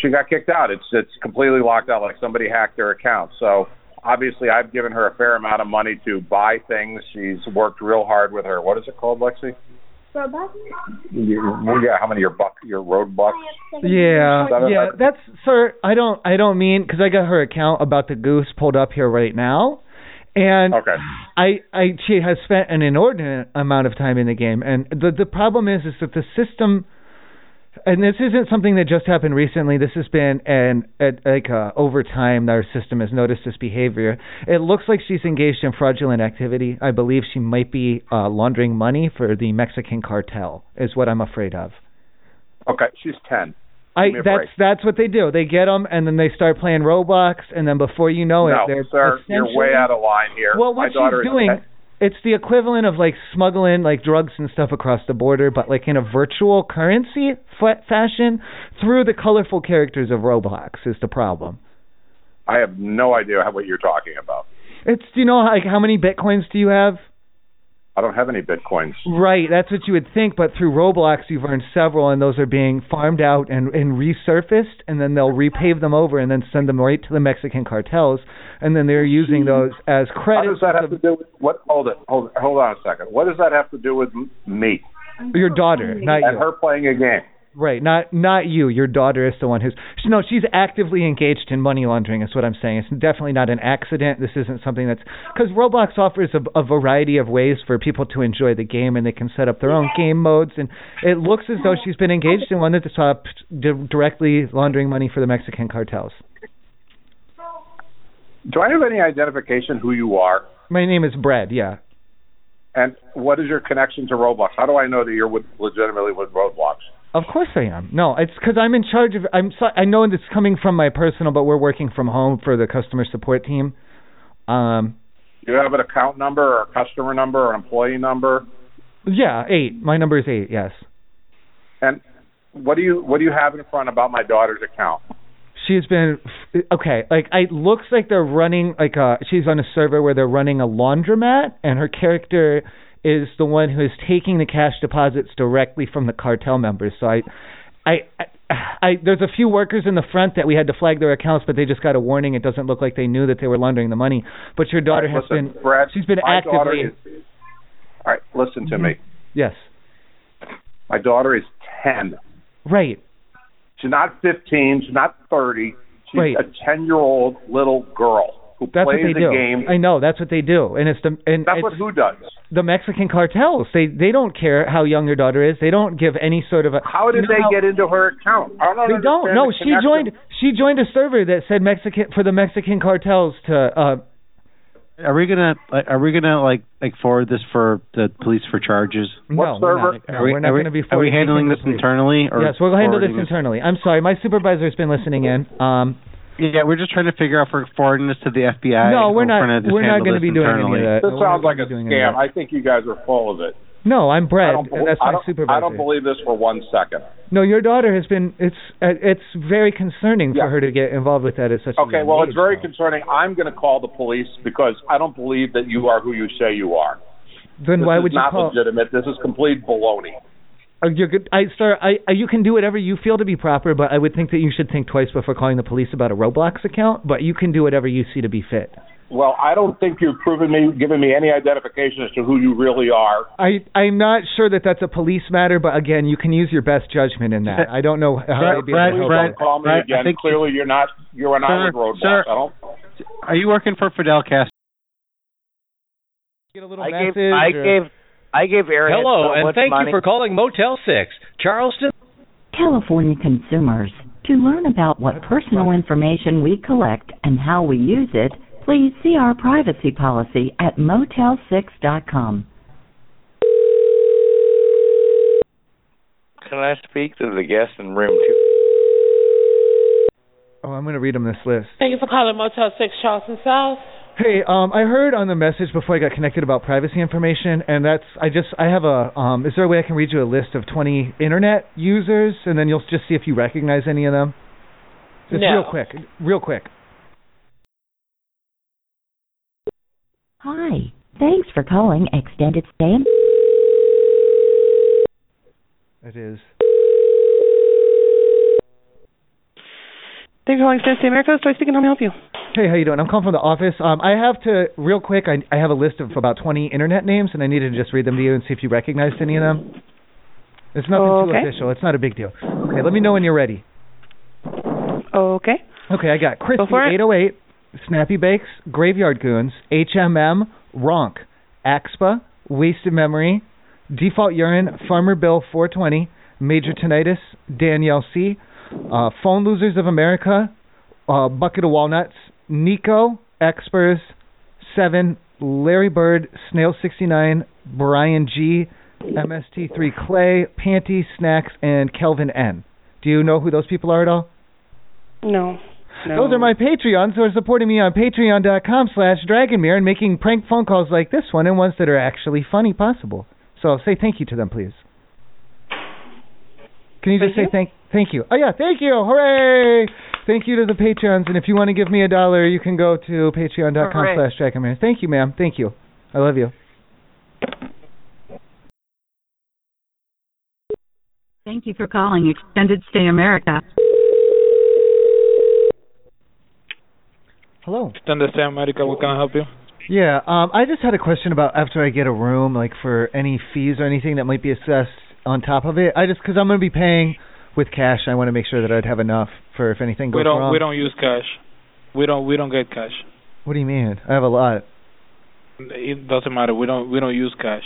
she got kicked out. It's it's completely locked out, like somebody hacked her account. So obviously, I've given her a fair amount of money to buy things. She's worked real hard with her. What is it called, Lexi? You- well, yeah, how many your buck your road bucks?
Yeah,
Is that a-
yeah. That's sir. I don't. I don't mean because I got her account about the goose pulled up here right now, and
Okay.
I, I, she has spent an inordinate amount of time in the game, and the the problem is, is that the system, and this isn't something that just happened recently. This has been an at, like uh, over time, our system has noticed this behavior. It looks like she's engaged in fraudulent activity. I believe she might be uh, laundering money for the Mexican cartel, is what I'm afraid of.
Okay, she's ten.
I
Give me a
that's
break.
that's what they do. They get them and then they start playing Roblox Oh, and then before you know it,
no,
they're
sir, you're way
essentially-
out of line here.
Well,
my
what
daughter
she's
is
doing,
10.
it's the equivalent of like smuggling like drugs and stuff across the border, but like in a virtual currency fa- fashion through the colorful characters of Roblox is the problem.
I have no idea how, what you're talking about.
It's do you know like how many bitcoins do you have?
I don't have any bitcoins.
Right, that's what you would think, but through Roblox you've earned several and those are being farmed out and, and resurfaced and then they'll repave them over and then send them right to the Mexican cartels and then they're using those as
How
credit
does that have to do with what? Hold it, hold, hold on a second. What does that have to do with m- me?
your daughter, not
and
you.
her playing a game.
Right, not not you. Your daughter is the one who's she- no, she's actively engaged in money laundering. Is what I'm saying. It's definitely not an accident. This isn't something that's because Roblox offers a, a variety of ways for people to enjoy the game, and they can set up their own game modes. And it looks as though she's been engaged in one that's uh, di- directly laundering money for the Mexican cartels.
Do I have any identification who you are,
My name is Brad. Yeah.
and what is your connection to Roblox? How do I know that you're with, legitimately with Roblox?
Of course I am. No, it's because I'm in charge of. I'm. So, I know it's coming from my personal, but we're working from home for the customer support team. Um,
Do you have an account number, or a customer number, or an employee number?
yeah, eight. My number is eight. Yes.
And what do you what do you have in front about my daughter's account?
She's been f- okay. Like it looks like they're running like a. She's on a server where they're running a laundromat, and her character is the one who is taking the cash deposits directly from the cartel members. So I, I, I, I there's a few workers in the front that we had to flag their accounts, but they just got a warning. It doesn't look like they knew that they were laundering the money. But your daughter
All
has
right, listen,
been.
Brad,
She's been
my daughter
actively. Mm-hmm.
is- all right, listen to me.
Yes.
My daughter is ten.
Right.
She's not fifteen. She's not thirty. She's
Right.
a ten-year-old little girl who
That's
plays
what they
a
do.
game.
I know that's what they do, and it's the and
That's
it's,
what who does.
the Mexican cartels. They they don't care how young your daughter is. They don't give any sort of a
How did
You know
they get into her account? I don't
They don't.
understand
No,
the
she
connection.
joined she joined a server that said Mexican for the Mexican cartels to uh
Are we gonna like, are we gonna like like forward this for the police for charges?
no, we're not, no,
are we,
we're not
are we-
going to be
Are we
forwarding
handling
anything
this
to police.
internally? Or
Yes, we'll handle this
forwarding
internally. I'm sorry, my supervisor's been listening in. Um
Yeah, we're just trying to figure out if we're forwarding this to the FBI.
No,
or
we're
if
not-
gonna just
we're not
handle
gonna
this
be doing any of
internally.
that.
This
We're
sounds like a
doing any
scam.
of
I think you guys are full of it.
No, I'm
I
Brad,
don't, bel-
and that's
I
my
don't-
supervisor.
I don't believe this for one second.
No, your daughter has been. It's uh, it's very concerning for her to get involved with that at such a
Okay,
young
well,
age.
it's very concerning. I'm going to call the police because I don't believe that you are who you say you are.
then
this
why
is
would you
not
call?
legitimate. This is complete baloney.
Uh, You're good. I sir, I, I you can do whatever you feel to be proper, but I would think that you should think twice before calling the police about a Roblox account. But you can do whatever you see to be fit.
Well, I don't think you've proven me, given me any identification as to who you really are.
I I'm not sure that that's a police matter, but again, you can use your best judgment in that. I don't know how they'd be
Please
able to help
don't
you.
call me
Brad, I
again.
think-
Clearly, you're not. You're an
Sir,
on roadblock.
sir.
I don't.
Are you working for Fidel Castro?
Get a little
I
gave-
message
I
or-
gave-
I gave Arian
Hello,
so
and
much
thank
money.
you for calling Motel 6. Charleston.
California consumers, to learn about what personal information we collect and how we use it, please see our privacy policy at motel6.com.
Can I speak to the guest in room two?
Oh, I'm gonna read them this list.
Thank you for calling Motel 6 Charleston South.
Hey, um, I heard on the message before I got connected about privacy information, and that's I just I have a um. Is there a way I can read you a list of 20 internet users, and then you'll just see if you recognize any of them? Just
No.
real quick, real quick.
Hi, thanks for calling Extended Stay. and-
It is.
Thank you for calling Fantasy America. Story speaking. How may I help you?
Hey, how you doing? I'm calling from the office. Um, I have to real quick. I I have a list of about 20 internet names, and I needed to just read them to you and see if you recognized any of them. It's nothing
Okay.
too official. It's not a big deal. Okay, let me know when you're ready.
Okay.
Okay, I got Christy
for it.
808, Snappy Bakes, Graveyard Goons, HMM, Ronk, Axpa, Wasted Memory, Default Urine, Farmer Bill 420, Major Tinnitus, Danielle C, uh, Phone Losers of America, uh, Bucket of Walnuts, Nico, Expers, 7, Larry Bird, Snail 69, Brian G, MST3 Clay, Panty, Snacks, and Kelvin N. Do you know who those people are at all?
No. No.
Those are my Patreons who are supporting me on patreon.com slash dragonmere and making prank phone calls like this one and ones that are actually funny possible. So say thank you to them, please. Can you just say thank thank you? Oh yeah, thank you. Hooray! Thank you to the Patreons. And if you want to give me a dollar, you can go to patreon.com
Hooray.
slash dragonmere. Thank you, ma'am. Thank you. I love you.
Thank you for calling Extended Stay America.
Hello.
Extended Stay America, what can I help you?
Yeah, um, I just had a question about after I get a room, like for any fees or anything that might be assessed on top of it. I just because I'm going to be paying with cash, I want to make sure that I'd have enough for if anything goes
We don't
wrong.
we don't use cash. We don't we don't get cash.
What do you mean? I have a lot.
It doesn't matter. We don't we don't use cash.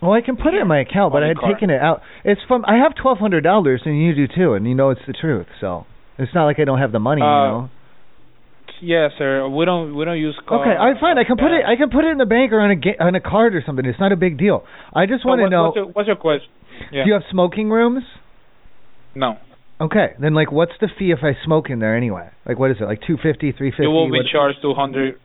Well, I can put it in my account, but I had
card.
taken it out. It's from I have twelve hundred dollars, and you do too, and you know it's the truth. So it's not like I don't have the money.
Uh,
you know.
Yeah, sir. We don't we don't use cash.
Okay, I fine. I can put it. I can put it in the bank or on a ga- on a card or something. It's not a big deal. I just
So
want to
what-
know.
What's your, what's your question? Yeah.
Do you have smoking rooms?
no.
Okay, then like, what's the fee if I smoke in there anyway? Like, what is it? Like two fifty, three fifty?
You will be charged two hundred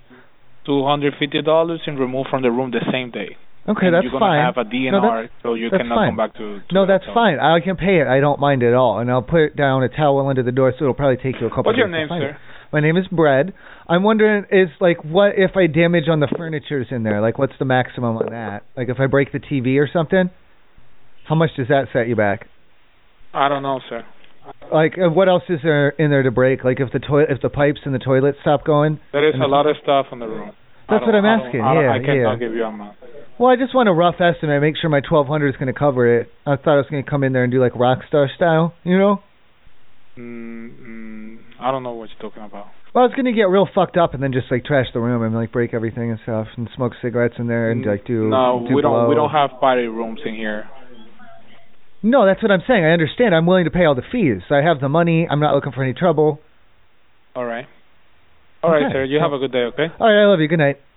two hundred fifty dollars and removed from the room the same day.
Okay,
And
that's
you're gonna
fine.
have a DNR,
No, that's,
so you
that's
cannot
fine.
come back to.
No, that's fine. I can pay it. I don't mind at all, and I'll put down a towel under the door, so it'll probably take you a couple.
What's your
days to
name,
find it.
sir?
My name is Brad. I'm wondering, is like, what if I damage on the furniture's in there? Like, what's the maximum on that? Like, if I break the TV or something, how much does that set you back?
I don't know, sir.
Like, uh, what else is there in there to break? Like, if the toilet, if the pipes in the toilet stop going?
There is
and
a
the-
lot of stuff in the room. I
That's what
don't-
I'm
I don't-
asking,
I don't-
yeah,
I cannot
yeah.
give you amount.
Well, I just want a rough estimate. Make sure my 1200 is going to cover it. I thought I was going to come in there and do like rock star style, you know?
Mm, mm, I don't know what you're talking about.
Well, I was going to get real fucked up and then just like trash the room and like break everything and stuff and smoke cigarettes in there and like do
Mm, No,
do
we don't. We
blow.
don't have party rooms in here.
No, that's what I'm saying. I understand. I'm willing to pay all the fees. I have the money. I'm not looking for any trouble.
All right. All right,
Okay.
sir. You have a good day. Okay.
All right, I love you. Good night.